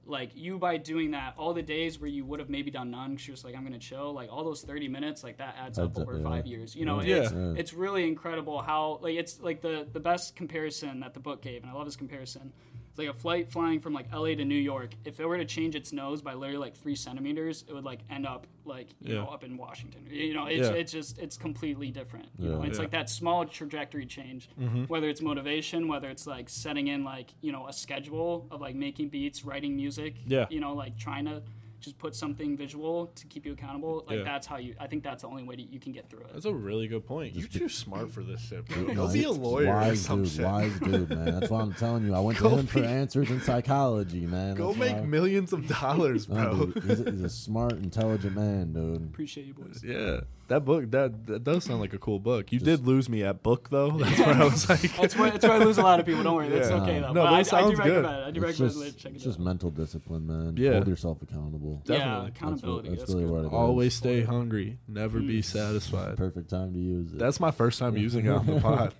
like you by doing that all the days where you would have maybe done none 'cause you're just like i'm gonna chill like all those 30 minutes like that adds up
Adds up,
over
yeah.
five years you know
Yeah.
it's
Yeah.
it's really incredible how like it's like the the best comparison that the book gave and i love this comparison It's like a flight flying from like LA to New York. If it were to change its nose by literally like three centimeters, it would like end up like you
Yeah.
know up in Washington. You know, it's
Yeah.
it's just it's completely different. You know,
Yeah.
it's
Yeah. Mm-hmm.
like that small trajectory change, whether it's motivation, whether it's like setting in like you know a schedule of like making beats, writing music.
Yeah.
you know, like trying to just put something visual to keep you accountable. Like
Yeah.
that's how you. I think that's the only way to, you can get through it.
That's a really good point. You're too smart for this shit, bro. Go
Nice.
be a lawyer or
wise
some
dude,
shit.
wise dude, man. That's why I'm telling you.
(laughs)
I went to
Go
him for
be-
answers in psychology, man.
Go
That's
make
why-
millions of
(laughs)
dollars,
No,
bro.
dude, he's, a, he's a smart, intelligent man, dude.
Appreciate you, boys.
Yeah, that book that that does sound like a cool book. You did lose me at book though. That's where I
(laughs)
was like,
(laughs) That's where, that's where I lose a lot of people. Don't worry, that's
Yeah.
okay though.
No,
but
that
I, I do
sounds good.
recommend it. I do
It's
recommend
just,
it. Check it
it's just
out.
mental discipline, man.
Yeah.
Hold yourself accountable.
Definitely.
Yeah,
That's
what-
accountability.
that's
That's,
really
good.
what it is.
always stay hungry, never be satisfied.
Perfect time to use it.
That's my first time using it on
(laughs)
the pod.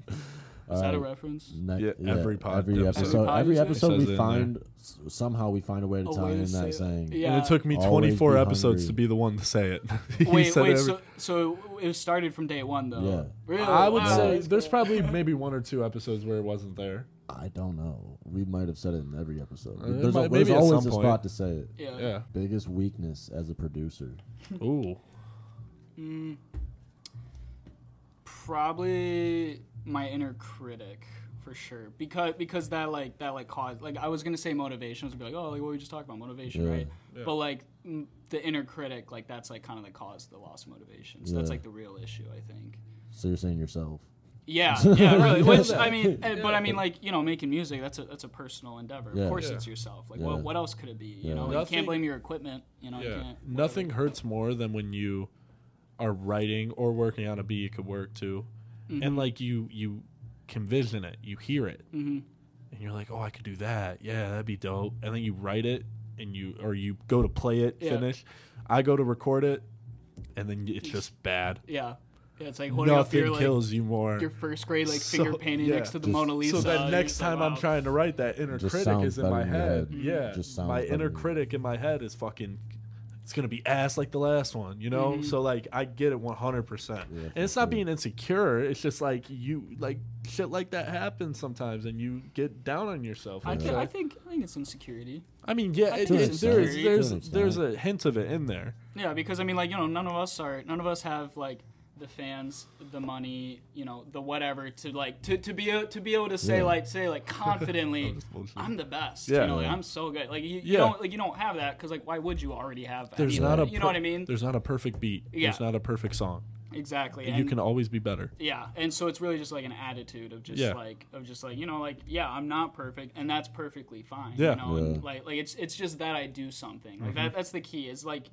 Is that a reference?
Next,
Yeah, every pod-
every
episode.
episode,
Every pod
every
you say?
Says
episode
it in
we find s- somehow we find a way to
A
tie
way to
in
say
that
it.
saying.
Yeah.
And it took me
Always
24
be
episodes
hungry.
to be the one to say it. (laughs) He
Wait,
said
wait.
every-
So, so it started from day one though.
Yeah.
Really?
I would
Wow.
say there's probably maybe one or two episodes where it wasn't there.
I don't know. We might have said it in every episode.
Uh, it
there's
might-
al-
maybe
there's
at
always
some
a
point.
spot to say it.
Yeah.
Yeah.
Biggest weakness as a producer.
Ooh.
Probably my inner critic for sure because because that like that like caused like I was gonna say motivation was be like oh like what we just talked about motivation
Yeah.
right but like m- the inner critic like that's like kind of the cause of the loss of motivation so that's
Yeah.
like the real issue I think.
So you're saying yourself. (laughs)
Yeah, yeah, really. Which I mean, eh, but I mean, like you know, making music that's a that's a personal endeavor.
Yeah.
Of course,
Yeah.
it's yourself. Like,
Yeah.
what what else could it be? You
Yeah.
know, you
Nothing-
can't blame your equipment. You know, you
Yeah.
can't.
Nothing hurts more than when you are writing or working on a beat you could work to,
Mm-hmm.
and like you you can vision it, you hear it,
Mm-hmm.
and you're like, oh, I could do that. Yeah, that'd be dope. And then you write it, and you or you go to play it,
Yeah.
finish. I go to record it, and then it's just bad.
Yeah, yeah. It's like holding up
Nothing
your like
kills you more.
your first grade like
So-
finger painting
yeah.
next to the
Just-
Mona Lisa.
So
and
that
you're
next
just like,
time I'm
wow.
trying to write that inner
Just
critic
sounds
is in
better
my
in your
head.
head.
Yeah.
Just sounds
my
better
inner
in your-
critic in my head is fucking it's going to be ass like the last one, you know?
Mm-hmm.
So like I get it 100%.
Yeah,
and
for
it's not
sure.
being insecure, it's just like you like shit like that happens sometimes and you get down on yourself.
I,
It's
think, I
like-
think I think it's insecurity.
I mean, yeah,
I
it,
think
it,
it's
there's
insecurity.
To an
there's
extent.
there's a hint of it in there.
Yeah, because I mean, like you know, none of us are none of us have like the fans, the money, you know, the whatever to like to, to be a, to be able to say
Yeah.
like say
(laughs)
like confidently,
That's bullshit.
I'm the best.
Yeah.
you know, like, I'm so good. Like you, you
Yeah.
don't like you don't have that because like why would you already have?
There's
any of
not
that?
a
you
per-
know what I mean?
There's not a perfect beat. There's
Yeah.
not a perfect song.
Exactly.
you
and-
can always be better.
yeah, and so it's really just like an attitude of just
Yeah.
like of just like you know like yeah I'm not perfect and that's perfectly fine.
Yeah. Mm-hmm.
You know? and,
Yeah.
like like it's it's just that I do something like that that's the key is like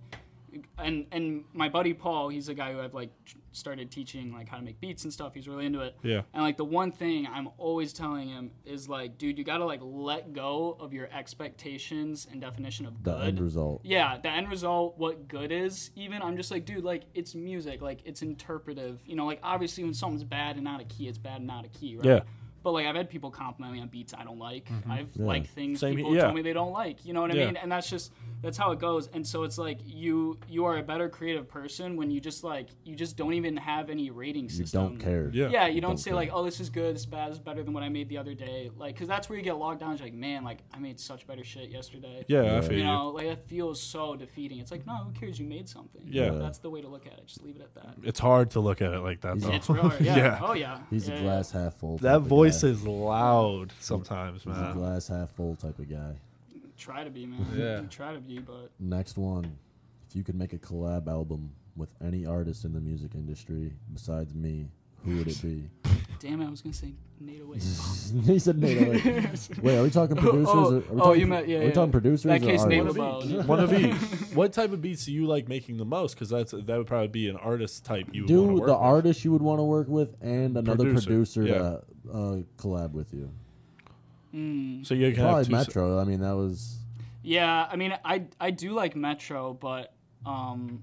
and and my buddy Paul he's a guy who I've like tr- started teaching like how to make beats and stuff he's really into it.
Yeah.
And like the one thing I'm always telling him is like dude you gotta like let go of your expectations and definition of
The
good.
end result.
Yeah, the end result, what good is, even, I'm just like, dude, like, it's music, like, it's interpretive. You know, like, obviously, when something's bad and out of key, it's bad and out of key, right?
Yeah.
But, like, I've had people compliment me on beats I don't like. I've liked things
Same-
people
yeah.
told me they don't like. You know what I
Yeah.
mean? And that's just, that's how it goes. And so it's like, you you are a better creative person when you just, like, you just don't even have any rating
You
system.
don't care.
Yeah.
Yeah, you don't,
don't
say
care.
like, "Oh, this is good, this is bad, this is better than what I made the other day," like, because that's where you get logged down. You're like, "Man, like I made such better shit yesterday."
Yeah, I
Yeah.
feel
you
you.
know, like that feels so defeating. It's like, no, who cares? You made something.
Yeah.
that's the way to look at it. Just leave it at that.
It's hard to look at it like that though. (laughs)
It's real. Yeah.
Yeah.
Oh yeah.
He's
yeah,
a
yeah.
glass half full. type
That
of
voice
guy.
is loud sometimes,
He's a
Uh-huh.
man.
glass half full type of guy.
Try to be, man.
Yeah.
You try to be, but
Next one. If you could make a collab album with any artist in the music industry besides me, who would it be? (laughs)
damn, it, I was gonna say Nate away.
he said Nate.
(laughs)
Wait, wait, are we talking producers?
oh,
or, are we
oh,
talking,
you meant yeah.
Are we
yeah.
talking producers?
In that
or
case, Nate
artists?
LaBelle.
One of each.
(laughs)
What type of beats do you like making the most? Because that's that would probably be an artist type you would want to
Do
work
the
with.
artist you would want to work with and another
Producer,
producer,
yeah.
to uh, collab with you.
So you can have
Probably
two s-
Metro. I mean, that was
Yeah, I mean, I I do like Metro, but um,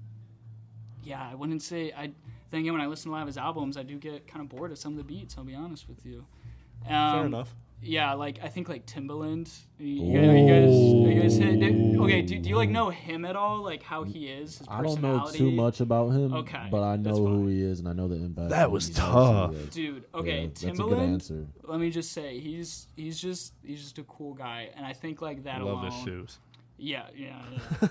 yeah, I wouldn't say I. Then again, when I listen to a lot of his albums, I do get kind of bored of some of the beats. I'll be honest with you. Um,
Fair enough.
yeah, like I think like Timbaland. You, you guys, you guys, you guys hit, did- okay? Do, do you like know him at all? Like how he is, his
I
personality.
don't know too much about him,
Okay,
but I know
that's
who
fine.
he is and I know the impact.
That
he
was
actually
tough.
had.
Dude,
Yeah,
okay,
that's a good
Timbaland.
answer.
Let me just say he's he's just he's just a cool guy, and I think like that
Love
alone.
his shoes.
Yeah, yeah,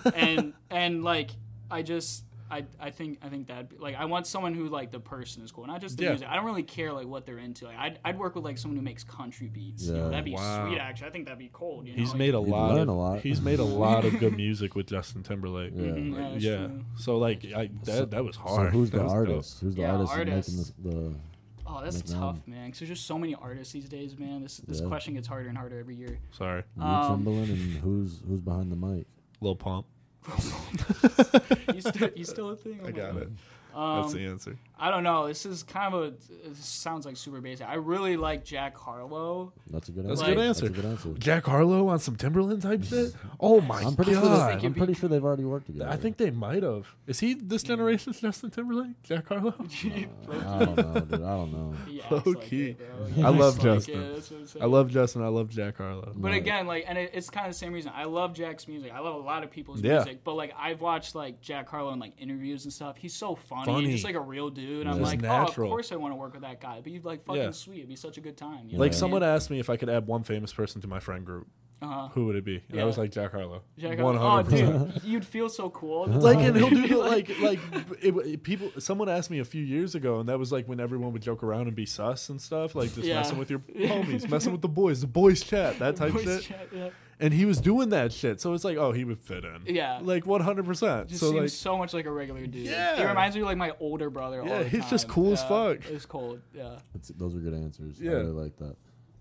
yeah.
(laughs)
and and like I just I I think I think that like I want someone who like the person is cool, not just the
Yeah.
music. I don't really care like what they're into. Like, I'd I'd work with like someone who makes country beats. You know,
Yeah.
that'd be
Wow.
sweet. Actually, I think that'd be cold. You know?
He's
like-
made a
You'd
lot,
learn
of,
a lot.
He's
(laughs)
made a lot of good music with Justin Timberlake.
Yeah.
Yeah.
Mhm, yeah, that's true.
So like, I, that that was
So
hard.
who's
That
the
was dope.
artist? Who's the
Yeah,
artist, that's making
artist.
this, the?
Oh, that's
Like,
tough,
um,
man. Because there's just so many artists these days, man. This this
Yeah.
question gets harder and harder every year.
Sorry,
You
Um,
Timberland and who's who's behind the mic?
Lil
(laughs)
Pump.
He's still,
(laughs)
he's still a thing. Oh
I
my
got
God.
it.
Um,
That's the answer.
I don't know. This is kind of a. This sounds like super basic. I really like Jack Harlow. (laughs)
That's a good
That's
answer.
a good
Like-
answer.
That's a good answer.
Jack Harlow on some Timberland type
(laughs)
shit. Oh my
I'm pretty sure.
god!
they- I'm pretty sure they've already worked together.
I think they might have. Is he this generation's (laughs) Justin Timberlake? Jack Harlow?
I don't know, dude. I don't know.
He acts
Low
like
key.
it,
(laughs)
bro. He
uh, I
acts
love
like it.
Justin.
That's what I'm saying.
I love Justin. I love Jack Harlow.
But
Right.
again, like, and it, it's kind of the same reason. I love Jack's music. I love a lot of people's
Yeah.
music. But like, I've watched like Jack Harlow in like interviews and stuff. He's so funny,
Funny.
and just like a real dude. I'm
Just
like, oh,
natural.
of course I want to work with that guy. But you'd like fucking
Yeah.
sweet. It'd be such a good time. You know
Like
what I
someone
mean?
asked me if I could add one famous person to my friend group.
Uh-huh.
Who would it be? And I
Yeah.
was like Jack Harlow.
Jack
One
Harlow. Oh,
hundred percent.
dude, you'd feel so
(laughs)
cool.
Like and he'll do the, like like it, it- people. Someone asked me a few years ago, and that was like when everyone would joke around and be sus and stuff, like just
Yeah.
messing with
(laughs)
your homies, messing with the boys, the boys chat, that type
Voice
shit.
chat, yeah.
And he was doing that shit, so it's like, oh, he would fit in.
Yeah.
like one hundred percent.
Just
So
seems
like,
so much like a regular dude.
Yeah.
He reminds me of like my older brother. all
Yeah,
the
he's just
time.
cool as
Yeah,
fuck.
It's cold. Yeah.
That's, those are good answers.
Yeah.
I really like that.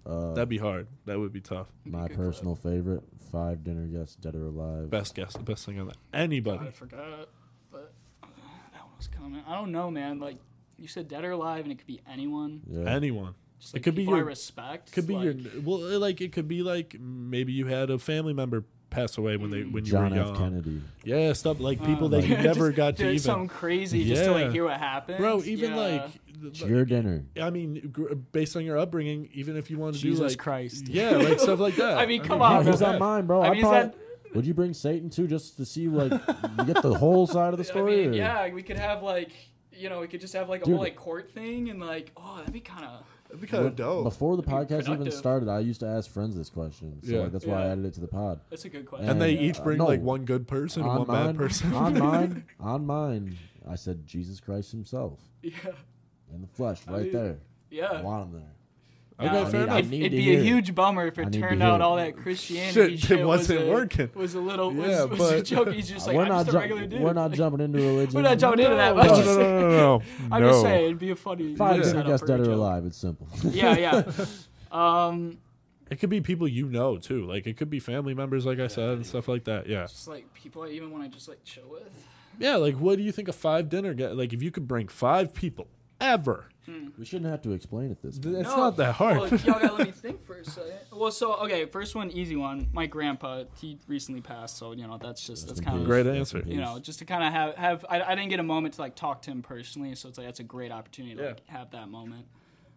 Uh,
that'd be hard. That would be tough.
my
good club.
personal favorite: five dinner guests, dead or alive.
Best guess, the best thing on that. Anybody?
I forgot, but uh, that one was coming. I don't know, man. Like you said, dead or alive, and it could be anyone.
Yeah.
Anyone?
Just,
It
like,
could be
people I
your-
respect.
Could be
like,
your well, like it could be like maybe you had a family member pass away when they
Mm.
when you
John
were
F.
young.
Kennedy.
Yeah, stuff like people that
like-
(laughs)
you never
Just
got to
do
even.
something crazy just to
Yeah.
like hear what happened,
Bro, even
Yeah.
like,
It's
like,
your dinner.
I mean, gr- based on your upbringing, even if you want to do
Jesus
like
Christ.
yeah, like stuff like that.
(laughs) I mean, come
Yeah,
on,
he's
bro.
on mine, bro.
Oh, I
I,
mean, is
probably- (laughs) Would you bring Satan too, just to see
(laughs)
like you get the whole side of the
I
story?
mean,
or-
yeah, we could have like you know we could just have like a
Dude.
whole like court thing and like oh that'd be kind of
That'd be kind of dope.
Before the podcast even
productive.
started, I used to ask friends this question, so
Yeah.
like, that's why I
Yeah.
added it to the pod.
that's a good question.
And they
uh,
each bring
no.
like one good person and one bad person. (laughs)
on mine, on mine, I said Jesus Christ Himself
(laughs) yeah,
in the flesh, right
mean, uh,
there. I
yeah.
want him there.
Okay,
Now,
fair
I
enough.
need
It'd
to
be
hear.
a huge bummer if
I
it
need to
turned
hear.
out all that Christianity
Shit,
shit
it wasn't
was a,
working.
Was a little was,
Yeah,
was a
but-
joke. He's just
Uh,
like
we're
I'm
not
just a
ju-
regular dude.
we're not jumping
(laughs)
into religion.
We're not jumping into that. but
No,
I'm
no,
just saying-
no, no, no.
(laughs) I'm
no.
just saying it'd be a funny.
Five
Yeah.
dinner
setup
guests
for a
dead or
joke.
alive. It's simple. (laughs)
Yeah, yeah. Um,
It could be people you know too. Like it could be family members, like I said, and stuff like that. Yeah,
just like people I even want to just like chill with.
yeah. Like, what do you think a five dinner get? Like, if you could bring five people ever,
we shouldn't have to explain it this.
th-
way.
it's not that hard.
Well, y'all
(laughs)
gotta let me think for a second. Well, so okay, first one, easy one. My grandpa, he recently passed, so you know that's just that's
in
kind of
peace.
Great answer.
Rest in
you know, just to kind of have have I, I didn't get a moment to like talk to him personally, so it's like that's a great opportunity to
Yeah.
like have that moment.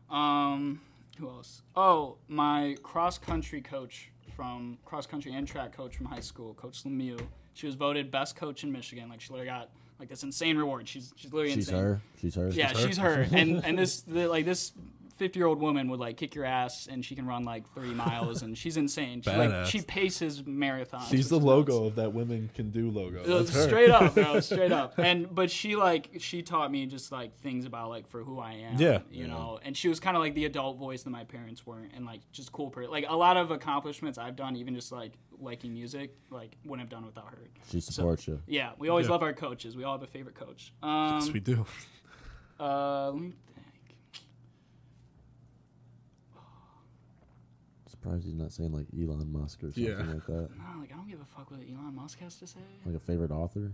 Um, who else? Oh, my cross country coach from cross country and track coach from high school, Coach Lemieux. She was voted best coach in Michigan. Like she literally got like this insane reward. She's she's literally
She's
insane.
her. She's her.
Yeah, she's her,
(laughs)
and and this the, like this fifty year old woman would like kick your ass, and she can run like three miles, and she's insane. She like
Badass.
she paces marathons.
She's the
which is
logo of that women can do logo.
uh,
That's her.
straight up,
(laughs)
bro, straight up. And but she like she taught me just like things about like for who I am.
Yeah.
You know, and she was kind of like the adult voice that my parents weren't, and like just cool. Per- like a lot of accomplishments I've done, even just like liking music, like wouldn't have done without her.
She supports you.
Yeah, we always
Yeah.
love our coaches. We all have a favorite coach. Um,
Yes, we do.
uh, let me think.
Surprised he's not saying like Elon Musk or something
Yeah.
like that.
No, like I don't give a fuck what Elon Musk has to say.
Like a favorite author.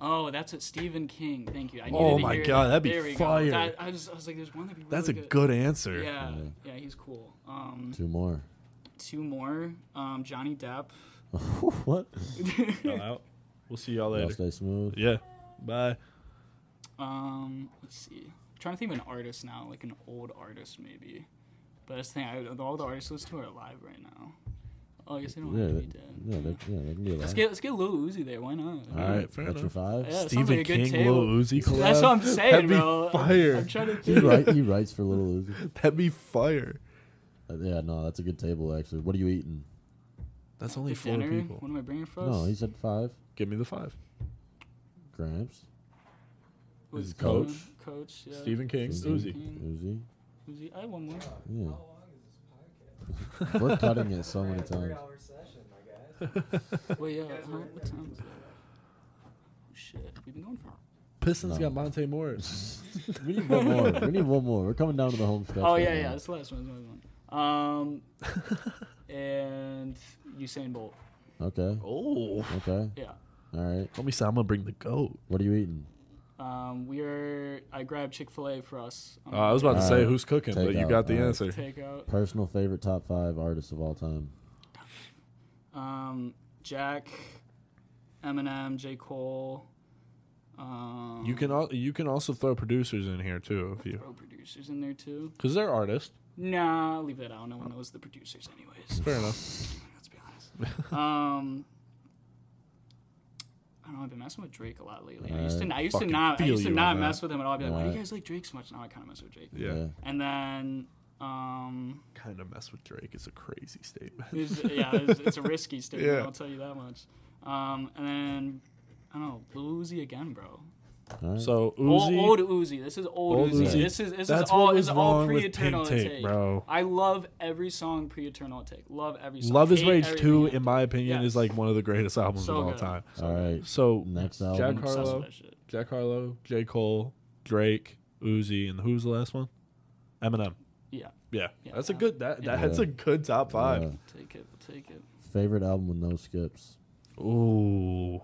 Oh, that's it, Stephen King. Thank you. I
Oh
needed to
my
hear
God,
that.
that'd be
There we go.
fire.
That- I, just, I was like, there's one that'd be really
That's a
good.
good answer.
Yeah, yeah, he's cool. Um,
Two more.
(laughs) two more. Um, Johnny Depp.
what?
Y'all out. We'll see y'all
Y'all
later.
stay smooth.
Yeah. Bye.
Um, let's see. I'm trying to think of an artist now, like an old artist maybe. But that's the thing, I, all the artists I listen to are alive right now. Oh, I guess they don't
Yeah,
have to
they,
be dead.
yeah, they, yeah, they can do
Let's
that.
get let's get Lil Uzi there. Why not?
All right,
Alright, fair
that's your
enough.
five.
Yeah. That sounds
Stephen
like a good
King, Lil
table.
Uzi collab.
That's what I'm saying,
That'd be
bro.
fire.
I'm trying to
He, write, he writes for Little
(laughs)
Uzi.
That'd be fire.
Uh, yeah, no, that's a good table actually. What are you eating?
That's only
The
four
dinner?
people.
What am I bringing for us?
No, he said five.
Give me the five.
Gramps,
Was
his
Coleman,
coach.
Coach. Yeah.
Stephen King,
Stephen
Uzi.
Uzi.
Uzi. I have one more.
Yeah,
long is this podcast?
we're cutting it so many
(laughs)
Right, a
times.
three-hour session, my guys.
Wait, yeah.
guys
Huh?
are in
What
there.
time is it? Oh, shit. We've been going for.
Pistons
No.
got Monte Morris.
We need one more. We need one more. We're coming down to the home stretch.
Oh
right
yeah, yeah.
now.
That's the last one. that's the
(laughs)
last one. Um, and Usain Bolt.
Okay.
Oh.
Okay.
Yeah.
All right.
Let me say, I'm gonna bring the goat.
What are you eating?
Um, we are. I grabbed Chick Fil A for us.
Uh, I was about to
All
say
right.
who's cooking, but you
Takeout,
got the
all right.
answer.
takeout.
Personal favorite top five artists of all time.
Um, Jack, Eminem, J Cole. Um,
You can al- you can also throw producers in here too if you
throw producers in there too.
because they're artists.
Nah, leave that out. No
Oh.
one knows the producers, anyways.
Fair enough.
Let's be honest. (laughs) Um, I don't know. I've been messing with Drake a lot lately. I used to, I used to
Uh, Fucking
not, I
feel
used to
you
not
on
mess with him at all. I'd be like, why do you
Alright.
guys like Drake so much? Now I kind of mess with Drake.
Yeah,
And then, um,
(laughs) kind of mess with Drake is a crazy statement.
It's, yeah, it's, it's a risky statement.
Yeah.
I'll tell you that much. Um, and then I don't know, Lil Uzi again, bro.
All
Mm.
right.
So Uzi,
Old, old Uzi. This is old,
Old
Uzi.
Uzi.
This is this
That's
is all
what
is
was
all
wrong with
pre eternal
Pink
take,
Tape, bro.
I love every song pre eternal take. Love every song.
Love Is
Hate
Rage
everything
Two,
else.
in my opinion,
Yes.
is like one of the greatest albums
So
of all
good.
time.
all right.
So
Next
Jack
I'm
album.
obsessed with
Harlow.
that shit.
Jack Harlow, J Cole, Drake, Uzi, and who's the last one? Eminem.
Yeah,
Yeah,
Yeah,
that's a
that-
good that
yeah.
that's a good top five.
Yeah.
take it, take it.
Favorite album with no skips.
Ooh,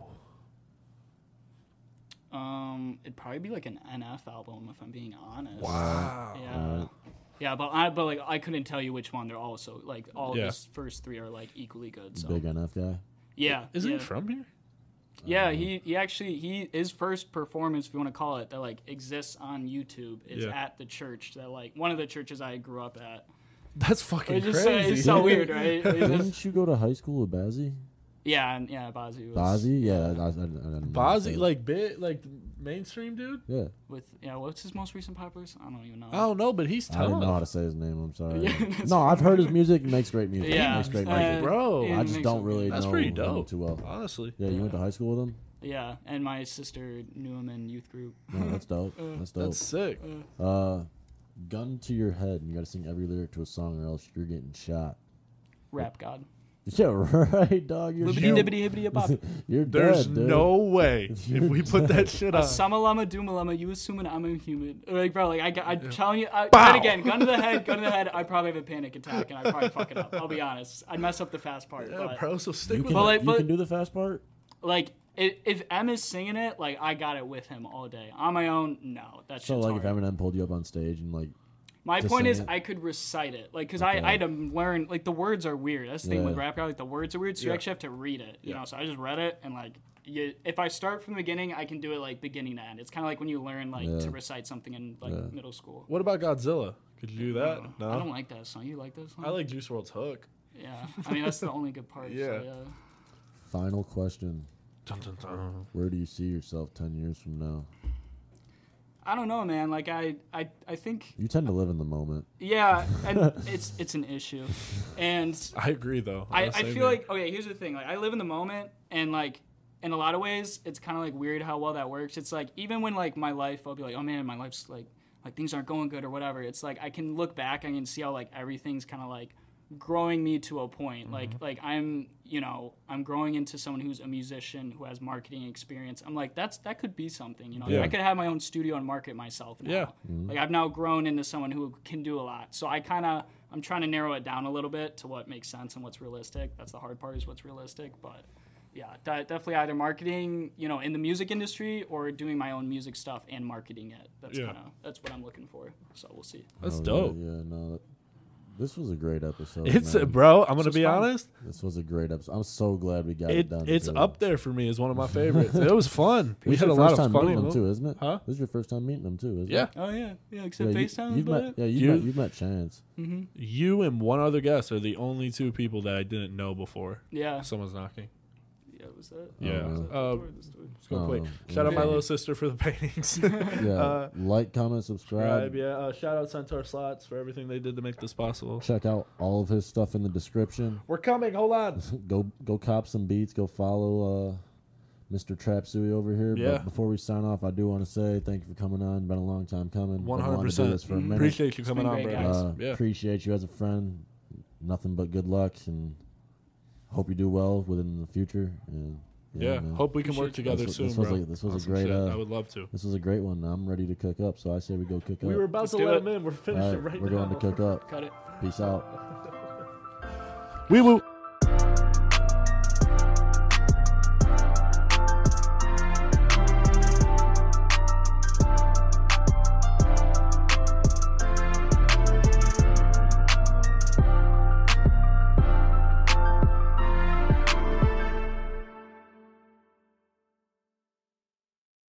Um, it'd probably be like an NF album if I'm being honest.
wow.
Yeah. Yeah, but I but like I couldn't tell you which one. They're all so like all
Yeah.
his first three are like equally good. So
Big NF guy.
yeah,
Isn't
yeah.
he from uh, here?
Yeah, he, he actually he his first performance, if you want to call it, that like exists on YouTube is
Yeah.
at the church that like one of the churches I grew up at.
That's fucking
It's just so,
crazy. (laughs)
it's so weird, right? It's just-
Didn't you go to high school with Bazzy?
yeah, and yeah, Bazzi was
Bazzy? Yeah. I, I, I didn't know
Bozzy,
that.
like bit like mainstream dude.
Yeah.
with yeah. What's his most recent popular? song? I don't even know.
I don't know, but he's
I didn't know how
tough,
to say his name. I'm sorry.
Yeah, that's
no, I've heard his music. He makes great music.
yeah,
He makes great
uh,
music.
Bro, I
it
I just
makes
don't
it-
really
That's
know
pretty
him
dope.
too well.
honestly.
Yeah, you went to high
(laughs)
school with him?
Yeah, and my sister knew him in youth group.
No, that's dope. That's dope.
That's sick.
Uh, gun to your head, and you got to sing every lyric to a song, or else you're getting shot.
Rap God.
(laughs) Yeah, right, dog. You're
Libbity
dead.
dibbity
(laughs)
hibbity bop.
You're
There's
dead, dude.
no way if
You're
we put
(laughs)
that shit on.
Samalama doomalama, you assuming I'm inhuman. Like, bro, like, I, I'm telling you, I,
Bow.
but again, gun to the head, gun to the head, I probably have a panic attack and I probably fuck it up. I'll be honest. I'd mess up the fast part.
Yeah,
but,
bro, so stick
You
with
can,
But,
it.
like,
you
but-
can do the fast part.
like, i if M is singing it, like, I got it with him all day. On my own, no. That's
So,
shit's
like,
hard.
if Eminem pulled you up on stage and like,
My
Just
point
saying
is,
it.
I could recite it, like, because
Okay.
I I had to learn, like, the words are weird. That's the thing with
Yeah.
rap, God, like the words are weird, so
Yeah.
you actually have to read it, you
Yeah.
know. So I just read it, and like, you, if I start from the beginning, I can do it like beginning to end. It's kind of like when you learn like
Yeah.
to recite something in like
Yeah.
middle school.
What about Godzilla? Could you do that?
Oh, I don't
No,
like that song. You like that song?
I like Juice World's hook.
Yeah, I mean that's the only good part.
Yeah.
So, yeah.
final question:
Dun, dun, dun.
Where do you see yourself ten years from now?
I don't know, man. Like I, I, I think
You tend to live in the moment.
yeah,
(laughs)
and it's it's an issue, and
I agree though.
I,
Uh,
I
same
feel
here.
like okay. Here's the thing. Like I live in the moment, and like in a lot of ways, it's kind of like weird how well that works. It's like even when like my life, I'll be like, oh man, my life's like like things aren't going good or whatever. It's like I can look back, I can see how like everything's kind of like growing me to a point. Like like I'm you know I'm growing into someone who's a musician who has marketing experience. I'm like that's that could be something. You know,
Yeah.
I could have my own studio and market myself. Now.
Yeah.
Like I've now grown into someone who can do a lot. So I kind of I'm trying to narrow it down a little bit to what makes sense and what's realistic. That's the hard part is what's realistic, but yeah, de- definitely either marketing, you know, in the music industry or doing my own music stuff and marketing it. That's
Yeah.
kind of that's what I'm looking for. So we'll see.
that's
Oh, yeah,
dope.
Yeah, no, that, This was a great episode.
It's
man.
bro. I'm gonna
was
be
fun.
honest.
This was a great episode. I'm so glad we got it,
It,
done.
it's
too.
up there for me as
(laughs)
one of my favorites. it was fun. We
This is
had a
your
lot
first
of
time
funny
meeting them too,
moments.
isn't it?
Huh?
This is your first time meeting them too, isn't
Yeah,
it?
Oh yeah, yeah. Except
Yeah, you,
FaceTime,
you've
but
met, yeah, you've
You-
met, you've met Chance.
you and one other guest are the only two people that I didn't know before.
yeah,
Someone's knocking.
yeah. Was that?
Yeah.
was that the
Uh,
door or this door?
It's going
Oh,
quick. Shout out my
yeah.
little sister for the (laughs) paintings.
Yeah,
Uh,
like, comment, subscribe.
Subscribe, yeah. Uh, shout out Centaur Slots for everything they did to make this possible.
Check out all of his stuff in the description.
We're coming. Hold on.
(laughs) go go cop some beats. Go follow uh, Mr. Trapsui over here.
Yeah.
But before we sign off, I do want to say thank you for coming on. Been a long time coming. Been wanting to do
100%.
this for a minute.
Appreciate you coming
been
on,
great,
bro.
guys.
Uh,
yeah.
Appreciate you as a friend. Nothing but good luck and hope you do well within the future. And,
yeah.
man.
Hope we can work
Appreciate you.
together
This
soon,
was- this was
bro.
a- this was a
On some
great,
shit.
uh,
I would love to.
This was a great one. I'm ready to cook up, so I say we go cook
We
up.
were about
Let's
to
do
let
it.
him in. We're
All
finishing
right,
right
we're
now.
going to cook up.
Cut it.
Peace out.
We will.